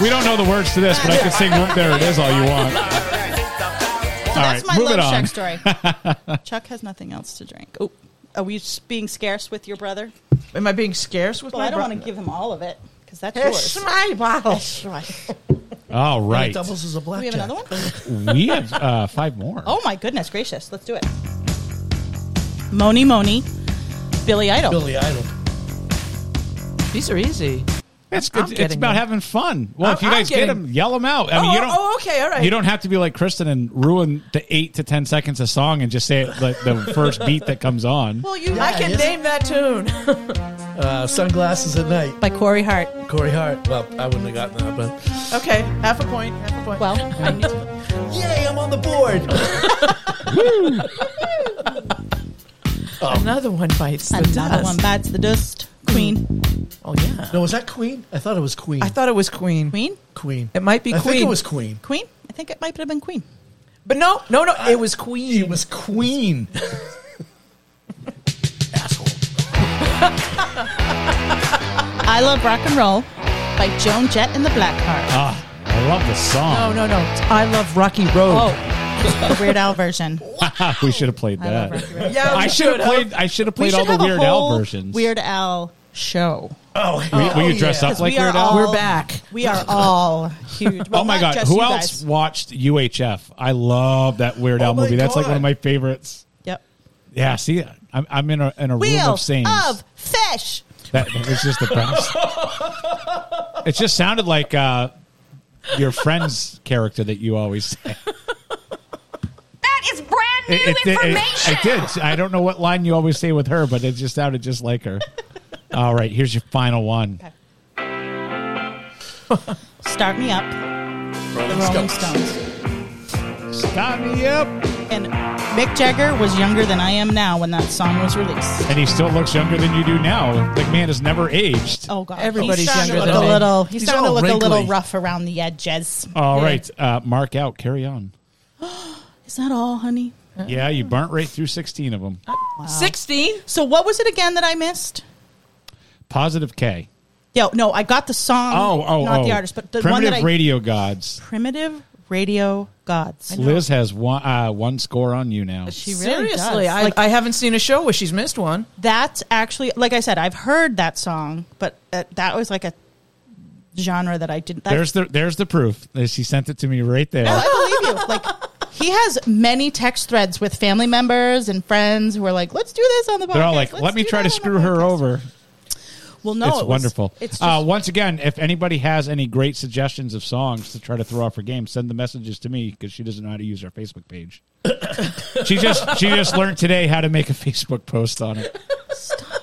We don't know the words to this, but I can sing There It Is all you want. So All that's right, my move it love shack on. story. *laughs* Chuck has nothing else to drink. Oh, are we s- being scarce with your brother? Am I being scarce with Well, my I don't want brother? to give him all of it because that's It's yours. my bottle. All And right. It doubles as a Do we blackjack. have another one? We have uh, five more. Oh my goodness gracious! Let's do it. Moni Moni, Billy Idol. Billy Idol. These are easy. That's I'm good. It's getting about them. having fun. Well, I'm- if you I'm guys get getting- them, yell them out. I mean, oh, you don't. oh, okay, all right. You don't have to be like Kristen and ruin the eight to ten seconds a song and just say it like the first beat that comes on. Well, you I like can yes. name that tune. *laughs* Uh, sunglasses at night. by Corey Hart. Corey Hart. Well, I wouldn't have gotten that, but okay, half a point. Half a point. Well, I knew yay, I'm on the board. another one bites the Oh. another dust. one bites the dust. Mm. Queen, Oh yeah. no, was that Queen? I thought it was Queen. I thought it was Queen. Queen, Queen. It might be I think Queen. it was Queen. Queen. I think it might have been Queen. But no, no, no. it was Queen. It was Queen. Asshole. I love rock and roll by Joan Jett and the Blackhearts. Ah, I love the No, song. no, no. I love Rocky Road. Oh, Ah. the Weird Al *laughs* version. we should have played I love that. Rocky Road. Yeah, I we should have should've. played. I should have played should all the have a Weird Al whole versions. Weird Al show. Oh, We- hell will you dress yeah. up like we are Weird all- Al? We're back. We are all *laughs* huge. Well, oh my not god! just Who you else guys. watched UHF? I love that Weird Oh Al my movie. That's like God. one of my favorites. Yep. Yeah, see, I'm, I'm in a in a room Wheel of saints. of fish. That, that was just the *laughs* best. it just sounded like uh, your friend's character that you always say. That is brand *laughs* new It- it- it- information. I did. I don't know what line you always say with her, but it just sounded just like her. All right, here's your final one. Start me up. The Rolling Stones. Stop me up. And Mick Jagger was younger than I am now when that song was released. And he still looks younger than you do now. McMahon has never aged. Oh God, Everybody's he's starting to younger look than a me. little. He's, He's starting to all look a little wrinkly. rough around the edges. All right, uh, mark out. Carry on. Is that all, honey? Yeah, you burnt right through 16 of them. 16? So what was it again that I missed? Positive K. Yo, no, I got the song. Oh, oh, Mm-hmm. not oh. the artist, but the Primitive one that I Radio Gods. primitive radio gods. Liz has one uh, one score on you now. She really Seriously, does. I, like I haven't seen a show where she's missed one. that's actually like I said, I've heard that song, but uh, that was like a genre that I didn't. That, There's the there's the proof. She sent it to me right there. No, I believe you. Like he has many text threads with family members and friends who are like, "Let's do this on the podcast." They're all like, Let's "Let me do try that to on the screw her podcast." over." Well, no, it's it was- wonderful. It's just, uh, once again, if anybody has any great suggestions of songs to try to throw off her game, send the messages to me because she doesn't know how to use our Facebook *laughs* page. she just she just learned today how to make a Facebook post on it.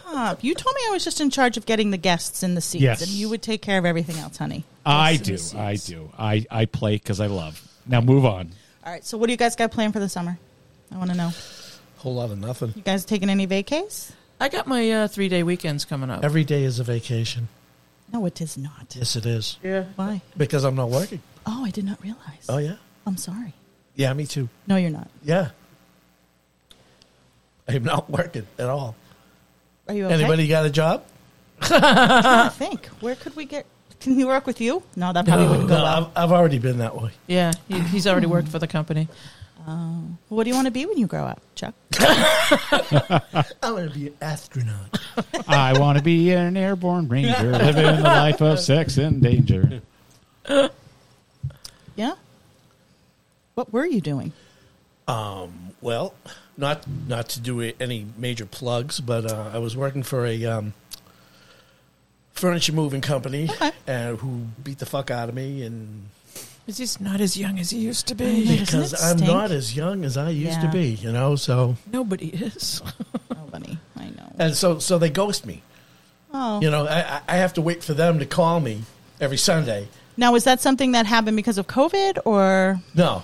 uh, you told me I was just in charge of getting the guests in the seats, Yes. and you would take care of everything else, honey. I do, I do, I I play because I love. Now move on. All right. So, what do you guys got planned for the summer? I want to know. Whole lot of nothing. You guys taking any vacays? I got my uh, three day weekends coming up. Every day is a vacation. No, it is not. Yes, it is. yeah. Why? Because I'm not working. Oh, I did not realize. Oh yeah. I'm sorry. Yeah, me too. No, you're not. Yeah. I'm not working at all. Are you okay? Anybody got a job? I think. Where could we get? Can we work with you? No, that probably wouldn't go No, well. I've, I've already been that way. Yeah, he, he's already worked for the company. What do you want to be when you grow up, Chuck? I want to be an astronaut. I want to be an airborne ranger, living the life of sex and danger. Yeah. What were you doing? well, not not to do any major plugs, but uh, I was working for a um, furniture moving company uh, who beat the fuck out of me, and He's just not as young as he used to be. Doesn't because it I'm stink? not as young as I Yeah. used to be, you know. So Nobody is. Oh, bunny. I know. and so so they ghost me. Oh. You know, I, I- I have to wait for them to call me every Sunday. Now, is that something that happened because of COVID or? No,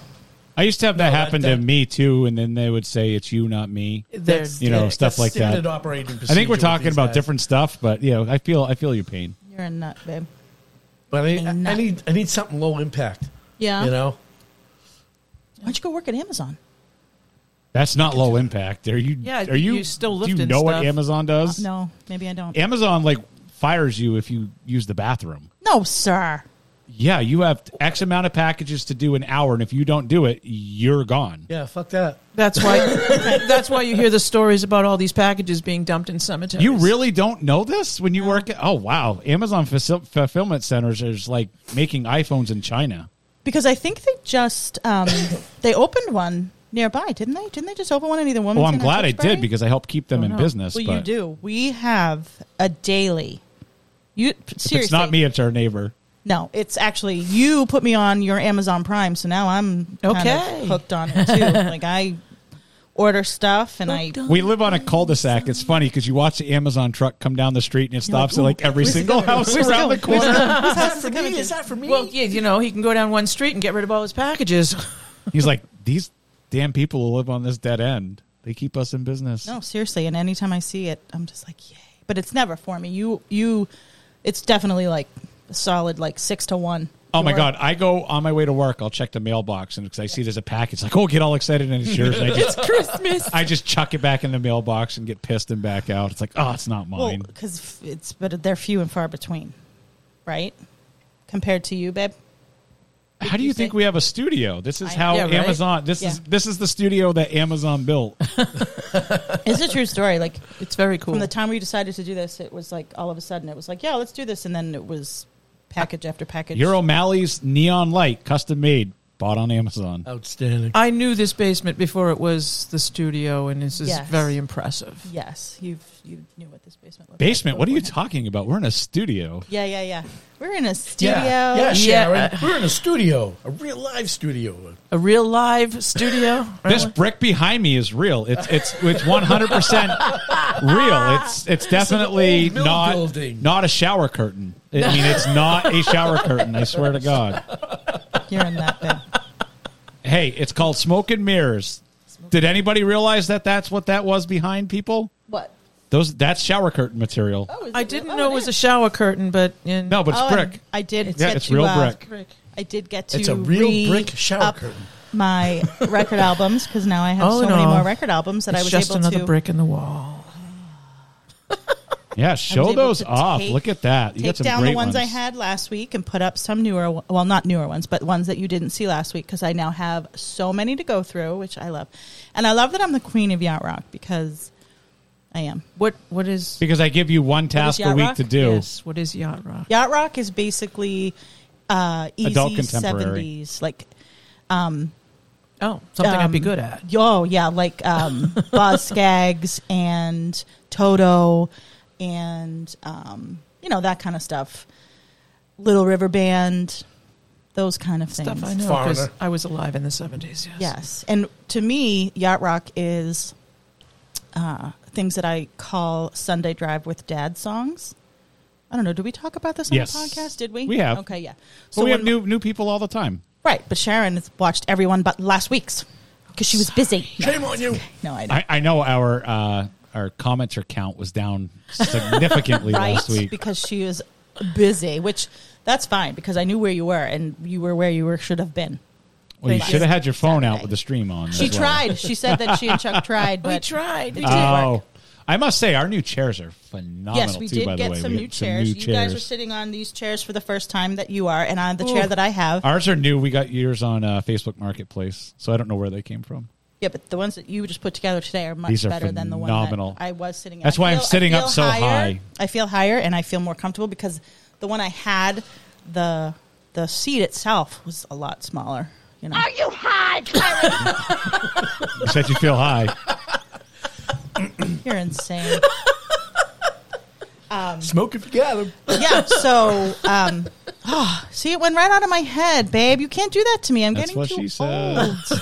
I used to have that No, that- happen that- to me too, and then they would say it's you, not me. that's You know, that's stuff like that. standard operating I think procedure we're with talking these about guys. different stuff, but you know, I feel I feel your pain. You're a nut, babe. But I, I, Nothing. I need I need something low impact. Yeah. You know, Why don't you go work at Amazon? That's not low impact. Are you? Yeah, are you, you still Do you lifting know what stuff. Amazon does? No, maybe I don't. Amazon like fires you if you use the bathroom. No, sir. Yeah, you have X amount of packages to do an hour, and if you don't do it, you're gone. yeah, fuck that. That's *laughs* why. that's why you hear the stories about all these packages being dumped in cemeteries. You really don't know this when you work at. Oh wow, Amazon facil- fulfillment centers is like making iPhones in China. Because I think they just *coughs* um, they opened one nearby, didn't they? Didn't they just open one in either woman? Well, Oh, I'm glad I did because I helped keep them in business. well, but you do. We have a daily. You If seriously? it's not me; it's our neighbor. No, it's actually you put me on your Amazon Prime, so now I'm kind Okay. of hooked on it too. *laughs* like I order stuff and I We live on a cul-de-sac. It's funny because you watch the Amazon truck come down the street and it stops at like every single house around the corner. Is that for me? Is that for me? Well, yeah, you know, he can go down one street and get rid of all his packages. He's like, these damn people will live on this dead end. They keep us in business. no seriously. And anytime I see it, I'm just like yay. But it's never for me. You you, it's definitely like a solid like six to one. Oh my You're- *laughs* god! I go on my way to work. I'll check the mailbox, and because I see there's a package, like oh, get all excited and it's yours. And I *laughs* just, *laughs* Christmas. I just chuck it back in the mailbox and get pissed and back out. It's like oh, it's not Well, mine. because it's but they're few and far between, right? Compared to you, babe. how do you think say- we have a studio? This is how yeah, right? Amazon. This is Yeah. this is the studio that *laughs* Amazon built. It's a true story. Like It's very cool. from the time we decided to do this, it was like all of a sudden it was like, yeah, let's do this, and then it was package after package. Your O'Malley's neon light, custom made, bought on Oh. Amazon. Outstanding. I knew this basement before it was the studio, and this is Yes. very impressive. yes, you've you knew what this basement looked Basement? like What are you beforehand. talking about? We're in a studio. Yeah, yeah, yeah. We're in a studio. Yeah, Uh, yeah Sharon. Yeah. We're in a studio, a real live studio. A real live studio. This brick behind me is real. It's it's it's one hundred percent real. It's it's definitely old mill not building. not a shower curtain. I mean, it's not a shower curtain. I swear to God. You're in that bed. hey, it's called Smoke and Mirrors. Did anybody realize that that's what that was behind people? What? Those that's shower curtain material. is I it- didn't oh, know it was a shower curtain, but in, No, but it's Oh, and brick. I did. yeah, get it's to, real uh, brick. Brick. I did get to. It's a real re- brick shower up curtain. My record albums, because now I have Oh, so many no. more record albums that it's I was just able another to brick in the wall. Yeah, able show to those off. take- Look at that. You got take some down great the ones, I had last week and put up some newer, o- well, not newer ones, but ones that you didn't see last week because I now have so many to go through, which I love. And I love that I'm the queen of yacht rock because I am. What what is because I give you one task a Yacht week Rock? to do. yes? What is yacht rock? Yacht rock is basically uh, easy Adult contemporary. 70s, like Oh, something I'd be um, good at. Oh yeah, like um, *laughs* Boz Scaggs and Toto, and um, you know that kind of stuff. Little River Band, those kind of things. Stuff I know because Foreigner. I was alive in the seventies. Yes. Yes, and to me, yacht rock is uh, things that I call Sunday drive with dad songs. I don't know. Did we talk about this on Yes. the podcast? Did we? We have. Okay, yeah. But we have when- new new people all the time. right? But Sharon has watched everyone but last week's because she was *laughs* busy. Shame on you. No, I don't. I, I know our uh, our commenter count was down *laughs* significantly last week. because she was busy, which that's fine because I knew where you were and you were where you were should have been. Well, you Thank should have you. had your phone out Saturday. with the stream on. She as well. tried. She said that she and *laughs* Chuck tried, but We tried. We It did. didn't Oh, work. I must say our new chairs are phenomenal. yes, we too, did by the get way. some We new got chairs. new You guys were chairs. sitting on these chairs for the first time that you are, and on the chair that I have. Ours are new. We got yours on uh, Facebook Marketplace, so I don't know where they came from. Yeah, but the ones that you just put together today are much These are better than the one phenomenal. that I was sitting. in. That's I why I'm feel- I sitting up feel so higher- high. I feel higher and I feel more comfortable because the one I had, the the seat itself was a lot smaller. You know, Are you high, Clarence? You said you *laughs* feel high. you're insane. Smoke if you got him. yeah. So, um, oh, see, it went right out of my head, babe. You can't do that to me. I'm That's getting what too she old. said.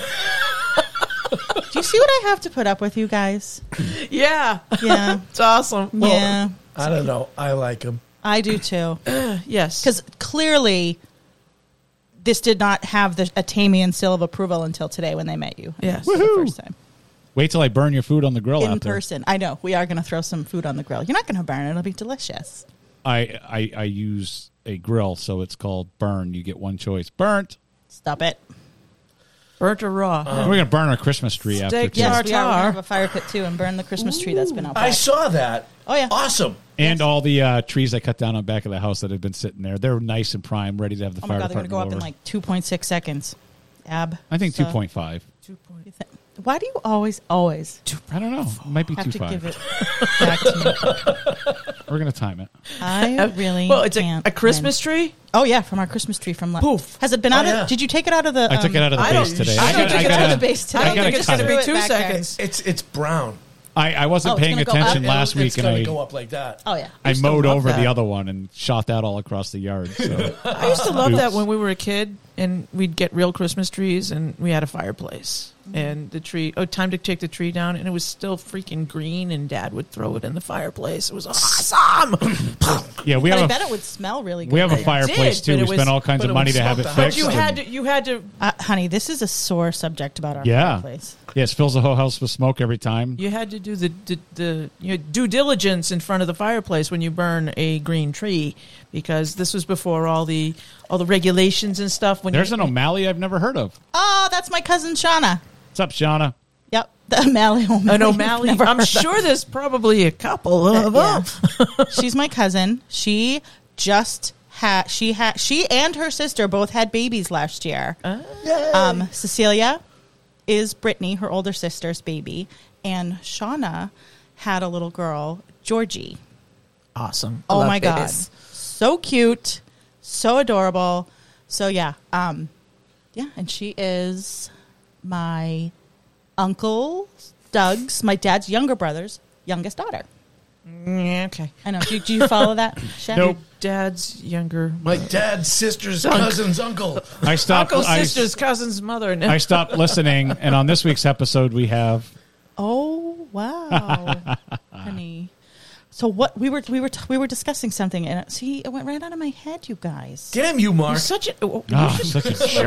Do you see what I have to put up with, you guys? *laughs* Yeah, *laughs* Yeah, it's awesome. yeah, I don't know. I like him. I do too. yes, Because clearly, this did not have the Atamian seal of approval until today when they met you. Yes. For the first time. Wait till I burn your food on the grill In out there. person. I know. We are going to throw some food on the grill. You're not going to burn it. It'll be delicious. I, I I use a grill, so it's called burn. You get one choice. Burnt. Stop it. burnt or raw. Uh, We're gonna burn our Christmas tree after. Steak Too. Yes, Tar, we are. We're gonna tar. have a fire pit too and burn the Christmas tree that's been out I back. saw that. Oh, yeah. Awesome. and all the uh, trees I cut down on back of the house that have been sitting there. They're nice and prime, ready to have the Oh my fire God, they're going to department go up in over. like 2.6 seconds. Ab. I think so- two point five. Why do you always, always I don't know. It might be have two to give five. it back *laughs* to me? We're gonna time it. I really well, it's a, can't a Christmas win. tree. Oh yeah, from our Christmas tree from last. Poof. Has it been Oh, out? yeah. of, did you take it out of the? I took um, it out of the I don't- base today. I don't gotta- think it's gotta- out of the base today. I I don't gotta think it's cut going to it. be two Back there. seconds. It's it's brown. I, I wasn't Oh, it's paying gonna go up. attention last It's week, and gonna I go up like that. Oh yeah. I used to mowed love over the that. other one and shot that all across the yard. So I used to love Oops. that when we were a kid and we'd get real Christmas trees and we had a fireplace Mm-hmm. and the tree. Oh, time to take the tree down and it was still freaking green and Dad would throw it in the fireplace. It was awesome. yeah, we But I have bet a, it would smell really good. we have a did, fireplace but too. We it was- spent all kinds but of it money was to have it smoked out. fixed. you had and- to. You had to. uh, honey, this is a sore subject about our yeah, fireplace. yes, fills the whole house with smoke every time. You had to do the, the, the you know, due diligence in front of the fireplace when you burn a green tree because this was before all the all the regulations and stuff. When There's you, an O'Malley I've never heard of. Oh, that's my cousin Shauna. What's up, Shauna? Yep, *laughs* the O'Malley. *laughs* O'Malley. an O'Malley, Never I'm heard of sure there's probably a couple of Uh, them. Yeah. *laughs* She's my cousin. She just had she had she and her sister both had babies last year. Um, Cecilia is Brittany, her older sister's baby, and Shauna had a little girl, Georgie. Awesome. Oh Love my god, babies. so cute, so adorable. So yeah, um, yeah, and she is my uncle Doug's, my dad's younger brother's youngest daughter. Yeah, okay. I know. Do, do you follow *laughs* that? Shannon? Nope. Dad's younger. My *coughs* dad's sister's cousin's uncle. I stopped. Uncle's I, sister's cousin's mother. I stopped listening, and *laughs* on this week's episode, we have Oh wow, honey. So what we were we were t- we were discussing something and it- see it went right out of my head, you guys. Damn you, Mark. You're such a. Oh, you Oh, should- such a jerk.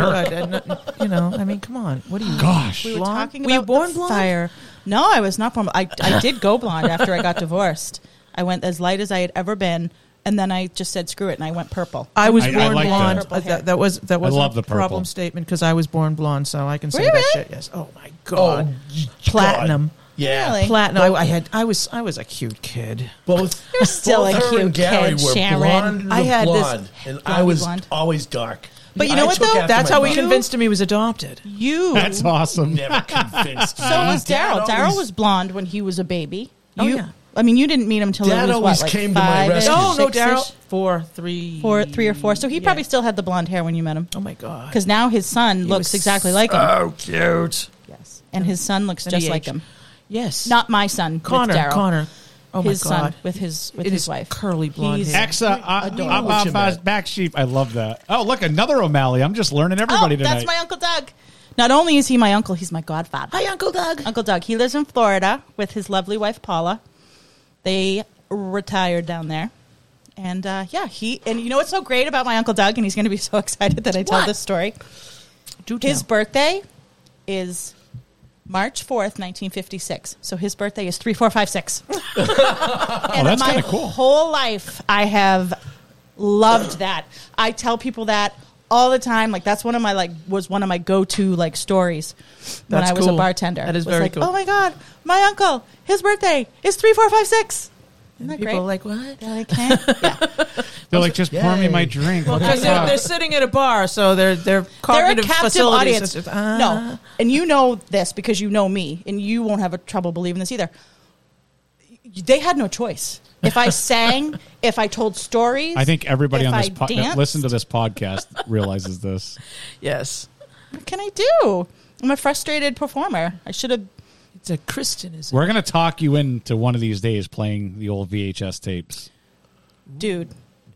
uh, you know, I mean, come on. What are you? Gosh. We were Blonde? talking Were you about born the blonde? fire. No, I was not born. I I did go blonde after I *laughs* got divorced. I went as light as I had ever been, and then I just said screw it, and I went purple. I was I- I born like blonde. that. Uh, That. that was that was love a the purple. problem statement because I was born blonde, so I can say Were you that really? shit. Yes. Oh my Oh, god. y- Platinum. God. Yeah. Really? Platinum. I, I had. I was. I was a cute kid. Both You're still both a her cute and Gary kid, were Sharon. blonde to I had this blonde, and I blonde was blonde. always dark. But you I know what took though? after That's my how he mom. convinced him he was adopted. You That's awesome. *laughs* Never convinced. So was Daryl. Dad Daryl always- was blonde when he was a baby. Oh, You- yeah. I mean, you didn't meet him till Dad he was always what, like came to my five rescue. Oh, No, no, six-ish? Daryl. Four, three, four, three or four. So he Yeah. probably still had the blonde hair when you met him, Oh my god. because now his son looks was exactly like him. Oh, cute. Yes, and his son looks And just he like aged. him. Yes. Not my son, Connor. With Daryl. Connor. Oh his my god. son with his with It his is wife. curly blonde He's- hair. Exa, uh, don't know I'm what off you uh, meant. back sheep. I love that. Oh, look, another O'Malley. I'm just learning Oh, everybody tonight. that's my uncle Doug. Not only is he my uncle, he's my godfather. Hi, Uncle Doug. Uncle Doug. He lives in Florida with his lovely wife Paula. They retired down there, and uh, yeah, he and you know what's so great about my uncle Doug, and he's going to be *laughs* so excited that I tell What? this story. Do tell. His birthday is March fourth, nineteen fifty six. So his birthday is three, four, five, *laughs* six. and Oh, that's my kinda cool. whole life, I have loved that. I tell people that all the time. Like that's one of my like was one of my go to like stories when That's I was a cool. bartender. That is Was very like, cool. Oh my god, my uncle, his birthday is three, four, five, six. Isn't that People great? are like what? They're like, *laughs* "Huh?" yeah. They're like, just pour me Yay. my drink. What the Because they're, fuck? they're sitting at a bar, so they're they're they're a cognitive captive facilities. audience. It's just, ah. no, and you know this because you know me, and you won't have a trouble believing this either. They had no choice. If *laughs* I sang, if I told stories, I think everybody if on this I po- that danced, listen to this podcast realizes this. Yes. What can I do? I'm a frustrated performer. I should have. It's a Christianism. We're gonna talk you into one of these days playing the old VHS tapes, Dude,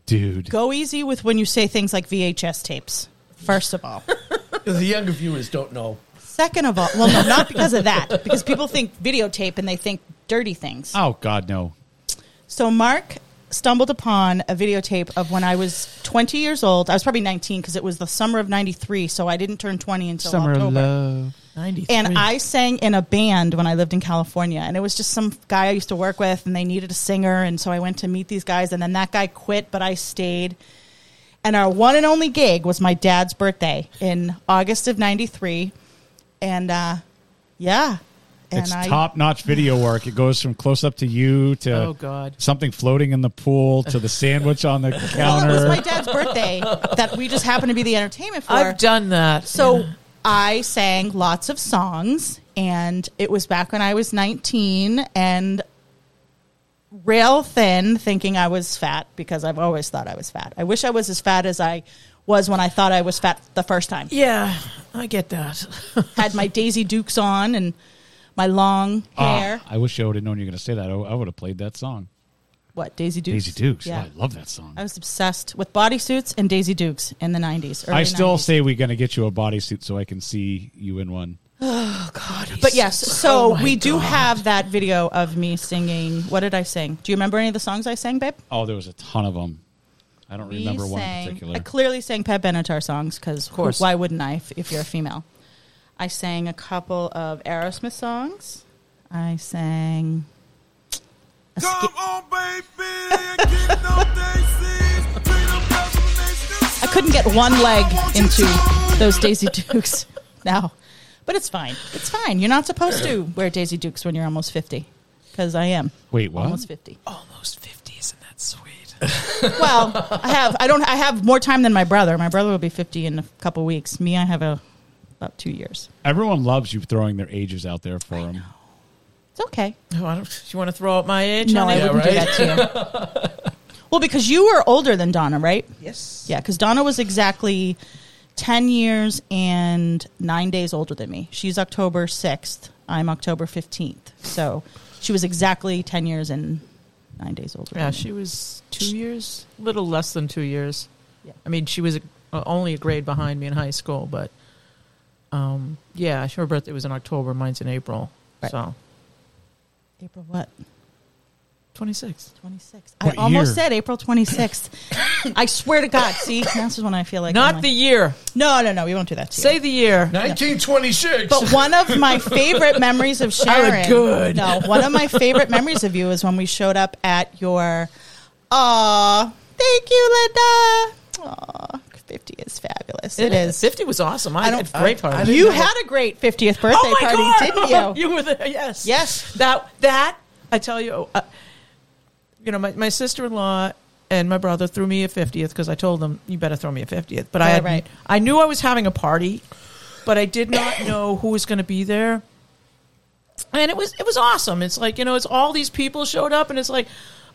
dude. go easy with when you say things like VHS tapes. First of all. The younger viewers don't know. Second of all, well, no, not because of that, because people think videotape and they think dirty things. Oh God, no. So Mark stumbled upon a videotape of when I was 20 years old. I was probably 19 because it was the summer of 93, so I didn't turn 20 until Summer October. love. 93. And I sang in a band when I lived in California, and it was just some guy I used to work with, and they needed a singer, and so I went to meet these guys, and then that guy quit, but I stayed. And our one and only gig was my dad's birthday in August of '93, and uh, yeah, and It's I top notch video work. It goes from close up to you to Oh, God. something floating in the pool to the *laughs* sandwich on the well, it was counter. my dad's birthday that we just happened to be the entertainment for. I've done that. So I sang lots of songs, and it was back when I was 19 and rail thin, thinking I was fat because I've always thought I was fat. I wish I was as fat as I was when I thought I was fat the first time. yeah, I get that. Had my Daisy Dukes on and my long Ah, hair. I wish I would have known you were gonna say that. I, I would have played that song. What, Daisy Dukes? Daisy Dukes. Yeah. Oh, I love that song. I was obsessed with bodysuits and Daisy Dukes in the 90s. early I still 90s. say we're going to get you a bodysuit so I can see you in one. But *laughs* yes, Oh so we do have that video of me singing. What did I sing? Do you remember any of the songs I sang, babe? Oh, there was a ton of them. I don't remember one in sang- particular. I clearly sang Pat Benatar songs because course. why wouldn't I if, if you're a female? I sang a couple of Aerosmith songs. I sang. Come on, baby, and get no daisies. Treat 'em better than they I should. couldn't get one leg into those Daisy *laughs* Dukes now, but it's fine. It's fine. You're not supposed to wear Daisy Dukes when you're almost fifty, because I am Wait, what? almost fifty. Almost 50, isn't that sweet? *laughs* Well, I have. I don't. I have more time than my brother. My brother will be fifty in a couple weeks. Me, I have a about two years. Everyone loves you throwing their ages out there for them. It's okay. No, Oh, I don't, you want to throw out my age? No, I honey? wouldn't do right? that to you. well, because you were older than Donna, right? Yes. Yeah, because Donna was exactly ten years and nine days older than me. She's October sixth. I'm October fifteenth. So she was exactly ten years and nine days older. Yeah, than me. she was two years, little less than two years. Yeah. I mean, she was a, uh, only a grade behind me in high school, but um, yeah, her birthday was in October, mine's in April. Right. So April what? 26th. 26th. I What almost year? said April 26th. I swear to God. See, now this is when I feel like. I'm Not like- the year. No, no, no. We won't do that. To Say you. the year. 1926. But one of my favorite memories of Sharon. good. No, one of my favorite memories of you is when we showed up at your. Aw, thank you, Linda. Aw, 50 is fabulous. it is. 50 was awesome. I, I don't- had a great I- I party. didn't You know- had a great 50th birthday oh my party, God. didn't *laughs* you? were there. Yes. Yes. That that I tell you, uh, you know, my, my sister in law and my brother threw me a fiftieth because I told them you better throw me a fiftieth. But I Right, had, right. I knew I was having a party, but I did not *coughs* know who was going to be there. And it was it was awesome. It's like you know, it's all these people showed up, and it's like,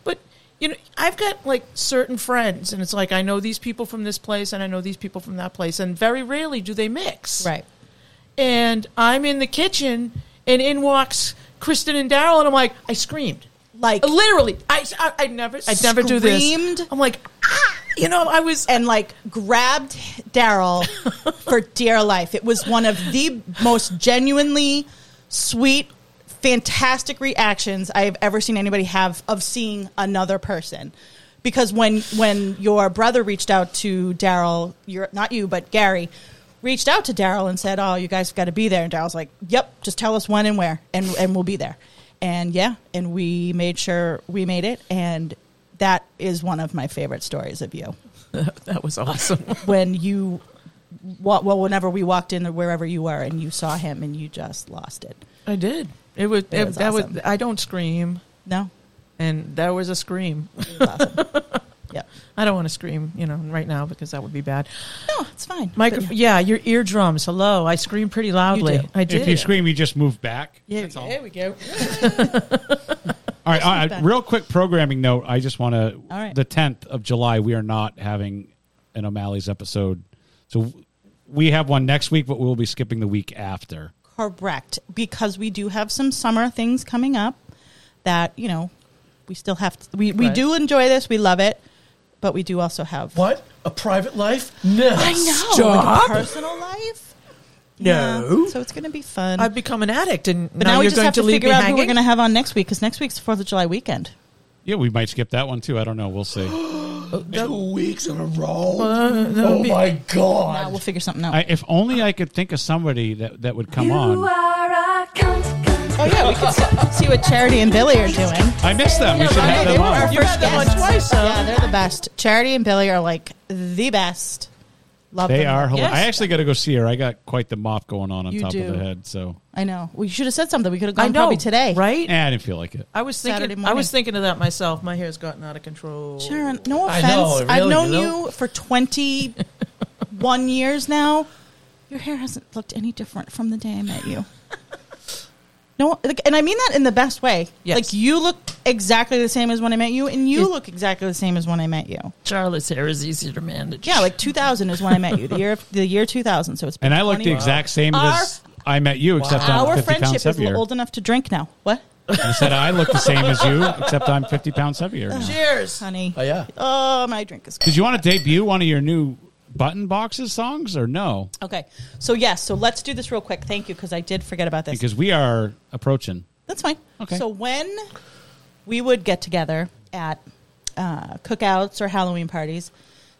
but you know, I've got like certain friends, and it's like I know these people from this place, and I know these people from that place, and very rarely do they mix Right. and I'm in the kitchen, and in walks Kristen and Daryl, and I'm like, I screamed, Like, literally. I I, I never, I never do this. Screamed? I'm like, ah! you know, I was. and like grabbed Daryl for dear life. It was one of the most genuinely sweet, fantastic reactions I have ever seen anybody have of seeing another person. Because when when your brother reached out to Daryl, you're not you, but Gary reached out to Daryl and said, "Oh, you guys got to be there." And Daryl's like, "Yep, just tell us when and where, and and we'll be there." And yeah, and we made sure we made it, and that is one of my favorite stories of you That was awesome. when you wa- well whenever we walked in or wherever you were and you saw him and you just lost it *laughs* I did. It was. It, was that awesome. was. I don't scream, no and there was a scream. *laughs* it was awesome yep I don't want to scream, you know, right now because that would be bad. no it's fine Micro- yeah, your eardrums. Hello, I scream pretty loudly. do. I did. If you scream, you just move back. yeah, there we go. All right, all right, back. real quick programming note. I just want to. All right. The tenth of July, we are not having an O'Malley's episode, so w- we have one next week, but we'll be skipping the week after. correct because we do have some summer things coming up that you know we still have to, we, we Right. do enjoy this we love it but we do also have what? A private life? No. I know Stop. like a personal life No. Yeah, so it's gonna be fun I've become an addict, and but now, now, we you're just going have to, to, leave figure me out hanging. who we're gonna have on next week because next week's Fourth of July weekend Yeah, we might skip that one too. I don't know. *gasps* We'll see. Two weeks in a row. that would oh be- my Now we'll god. figure something out I, if only I could think of somebody that that would come on. Oh yeah, we could see, see what Charity and Billy are doing. I miss them. We should Right, have they them were our on. You've first had them on guests. twice, huh? Yeah, they're the best. Charity and Billy are like the best. Love They them. are. hilarious. Yes. I actually got to go see her. I got quite the mop going on on You top do. of the head. So I know. We should have said something. We could have gone probably today, right? eh, I didn't feel like it. I was Saturday thinking. I morning. was thinking of that myself. My hair's gotten out of control. Sharon, no I offense. know, it I've really known is. you for twenty one years now. Your hair hasn't looked any different from the day I met you. No, like, and I mean that in the best way. Yes. Like you look exactly the same as when I met you, and you Yes. look exactly the same as when I met you. Charlotte's hair is easier to manage. Yeah, like 2000 is when I met you. The year the year 2000. So it's been And I look 20 the exact same as I met you, except I'm Our 50 pounds friendship is heavier. old enough to drink now. What, I said I look the same as you, except I'm 50 pounds heavier. now. cheers. honey? Oh yeah. Oh, my drink is. Did you want to debut one of your new button boxes songs or no? Okay, so yes, so let's do this real quick. Thank you, because I did forget about this. Because we are approaching. That's fine. Okay. So when we would get together at uh, cookouts or Halloween parties,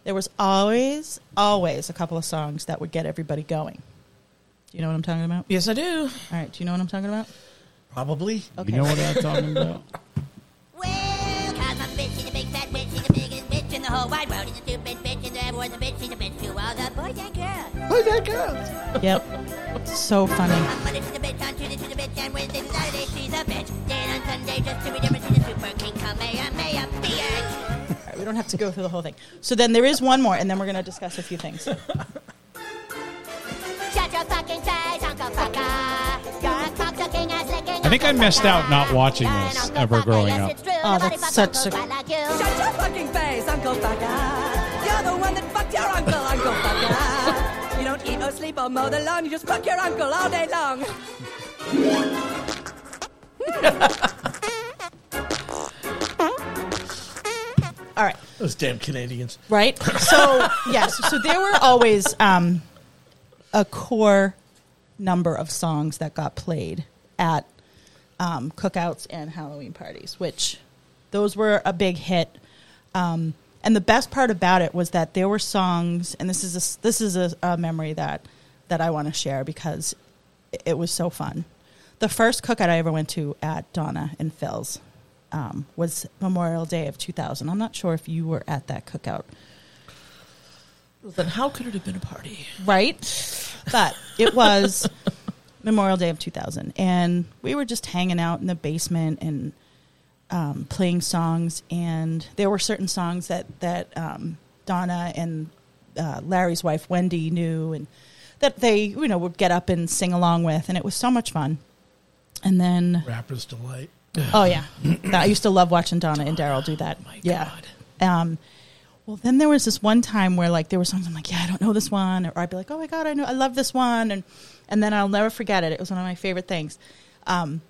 there was always, always a couple of songs that would get everybody going. Do you know what I'm talking about? Yes, I do. All right. Do you know what I'm talking about? Probably. Okay. You know what I'm talking about? Well, cause I'm a bitch, she's a big fat bitch, she's the biggest bitch in the whole wide world. She's a stupid bitch, she's a boy's a bitch, she's a bitch to all the boys and girls. Who's that girl? Yep. So funny. On Monday she's a bitch, on Tuesday she's a bitch, and Wednesday to Saturday she's a bitch. Then on Sunday, just to be different, she's a super king, kamehameha bitch. All right, we don't have to go through the whole thing. So then there is one more, and then we're going to discuss a few things. Shut your fucking face, Uncle Fucker. You're a cock sucking ass licking. I think I missed out not watching this ever growing up. Oh, that's such a- Like you. Shut your fucking face, Uncle Fucker. You're the one that fucked your uncle, Uncle Fucker. You don't eat or sleep or mow the lawn. You just fuck your uncle all day long. All right. Those damn Canadians. Right? So, yes. So there were always um, a core number of songs that got played at um, cookouts and Halloween parties, which Those were a big hit. Um, and the best part about it was that there were songs, and this is a, s- this is a, a memory that that I want to share because it- it was so fun. The first cookout I ever went to at Donna and Phil's um, was Memorial Day of 2000. I'm not sure if you were at that cookout. Then how could it have been a party? right? But it was Memorial Day of 2000, and we were just hanging out in the basement and um, playing songs. And there were certain songs that that um, Donna and uh, Larry's wife Wendy knew, and that they you know would get up and sing along with, and it was so much fun. And then Rapper's delight. Oh yeah, I used to love watching Donna and Daryl do that. yeah. Um, well, then there was this one time where like there were songs I'm like, yeah, I don't know this one, or I'd be like, oh my god, I know, I love this one, and and then I'll never forget it. It was one of my favorite things. Um,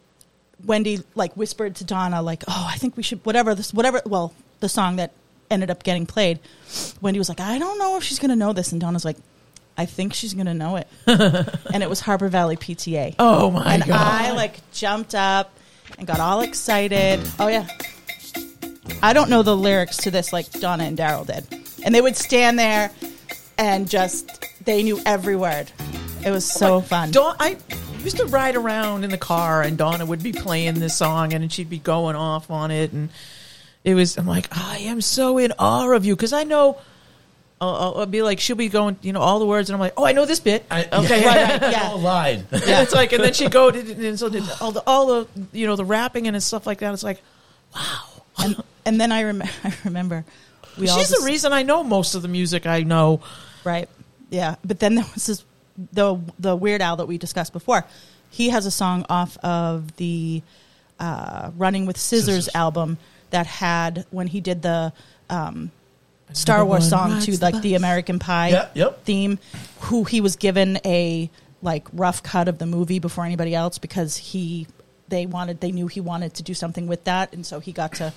Wendy like whispered to Donna like, "Oh, I think we should whatever this whatever well, the song that ended up getting played." Wendy was like, "I don't know if she's going to know this." And Donna's like, "I think she's going to know it." and it was Harbor Valley PTA. Oh, my and God. I like jumped up and got all excited. Oh yeah. I don't know the lyrics to this like Donna and Daryl did. And they would stand there and just they knew every word. It was so fun. Dawn, I used to ride around in the car, and Donna would be playing this song, and she'd be going off on it, and it was. I'm like, I am so in awe of you because I know. I'll, I'll- I'll be like, she'll be going, you know, all the words, and I'm like, oh, I know this bit. I, okay, Right, right, yeah. *laughs* All lied. yeah. it's like, and then she go did- and so did all the all the you know the rapping and stuff like that. It's like, and, and then I, rem- *laughs* I remember we all she's just, the reason I know most of the music I know. right yeah but then there was this the the weird owl that we discussed before he has a song off of the uh, running with scissors, album that had when he did the um, star Another wars one song rides to the like the bus. american pie Yeah, yep. theme who he was given a like rough cut of the movie before anybody else because he they wanted they knew he wanted to do something with that and so he got to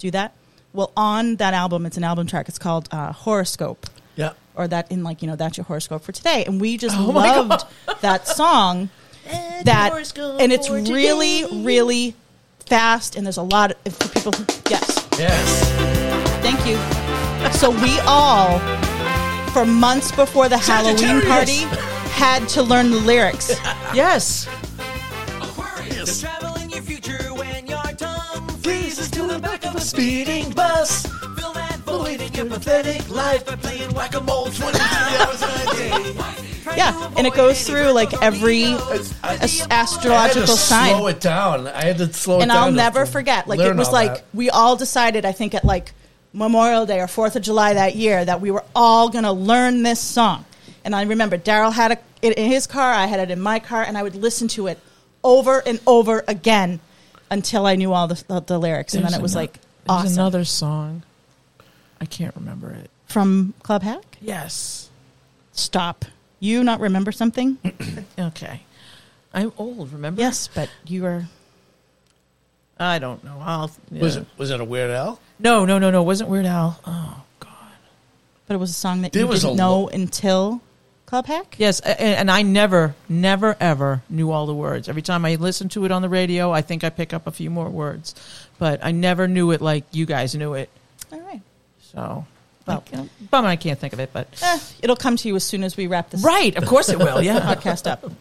do that well on that album it's an album track it's called uh, horoscope Yeah. or that in like you know that's your horoscope for today and we *laughs* just Oh my loved that song that and it's really really fast and there's a lot of for people who, yes Yes. thank you so we all for months before the halloween party had to learn the *laughs* lyrics Yes, Aquarius. Travel in your future when your tongue freezes to the back of a Speeding bus. Fill that void in your Your pathetic life by playing whack a mole 23 hours a day. yeah and it goes through like every as- I had to astrological sign slow it down. I had to slow it and down. I'll to never f- forget. Like it learn was all like that. we all decided. I think at like Memorial Day or Fourth of July that year that we were all gonna learn this song. And I remember Daryl had a, it in his car. I had it in my car, and I would listen to it over and over again until I knew all the, the, the lyrics. and then There's it was ano- like there's awesome another song. I can't remember it. from Club Hack. Yes. Stop. You not remember *clears throat* something? Okay. I'm old. Remember? yes, but you were. I don't know. I'll. yeah. Was it was it a Weird Al? No, no, no, no. It wasn't Weird Al. Oh God. But it was a song that There you was didn't a lo- know until Club Hack. Yes, a- a- and I never, never, ever knew all the words. Every time I listen to it on the radio, I think I pick up a few more words, but I never knew it like you guys knew it. All right. So, Well. well, bummer I can't think of it, but Eh, it'll come to you as soon as we wrap this up. right, of course it will. Yeah. podcast up, That's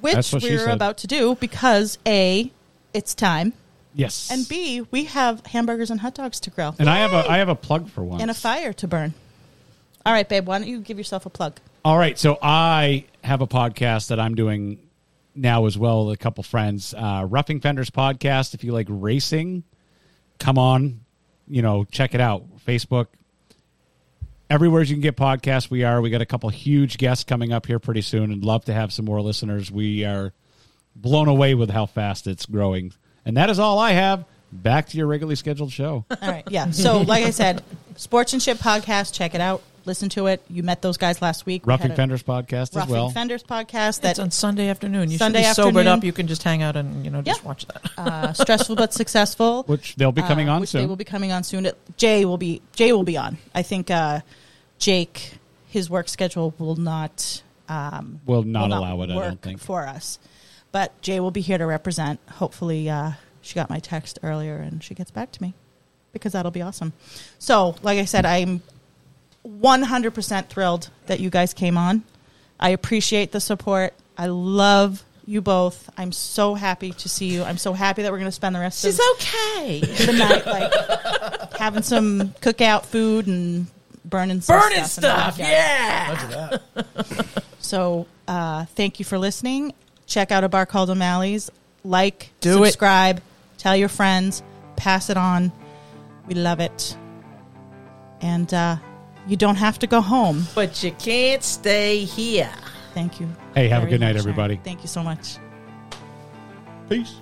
which what she we're said. about to do because a, it's time, Yes. and b, we have hamburgers and hot dogs to grill And I have a I have a plug for one. and a fire to burn. All right, babe, why don't you give yourself a plug? All right, so I have a podcast that I'm doing now as well with a couple friends. Uh, Roughing Fenders podcast. If you like racing, come on, you know, check it out. Facebook, everywhere you can get podcasts, we are. We got a couple huge guests coming up here pretty soon, and love to have some more listeners. We are blown away with how fast it's growing, and that is all I have. Back to your regularly *laughs* scheduled show. All right, yeah. So, like I said, sports and shit podcast. Check it out. Listen to it. You met those guys last week. We Roughing had a Fenders podcast as Roughing well. Fenders podcast. That That's on Sunday afternoon. You Sunday should be sobered afternoon. up. You can just hang out and you know just Yeah. watch that. uh, stressful but successful. which they'll be coming uh, on which soon. They will be coming on soon. Jay will be Jay will be on. I think uh, Jake, his work schedule will not um, Will not will allow it, I don't work think. for us. But Jay will be here to represent. Hopefully, uh, She got my text earlier and she gets back to me because that'll be awesome. So, like I said, I'm 100% thrilled that you guys came on. I appreciate the support. I love you both. I'm so happy to see you. I'm so happy that we're going to spend the rest of okay. the night like *laughs* having some cookout food and burning some Burning stuff. in the stuff. backyard. Yeah. Look at that. So uh, thank you for listening. Check out a bar called O'Malley's. Like, Do it. subscribe, tell your friends, pass it on. We love it. And uh, you don't have to go home. But you can't stay here. Thank you. Hey, have a very good night, much, Sharon. everybody. Thank you so much. Peace.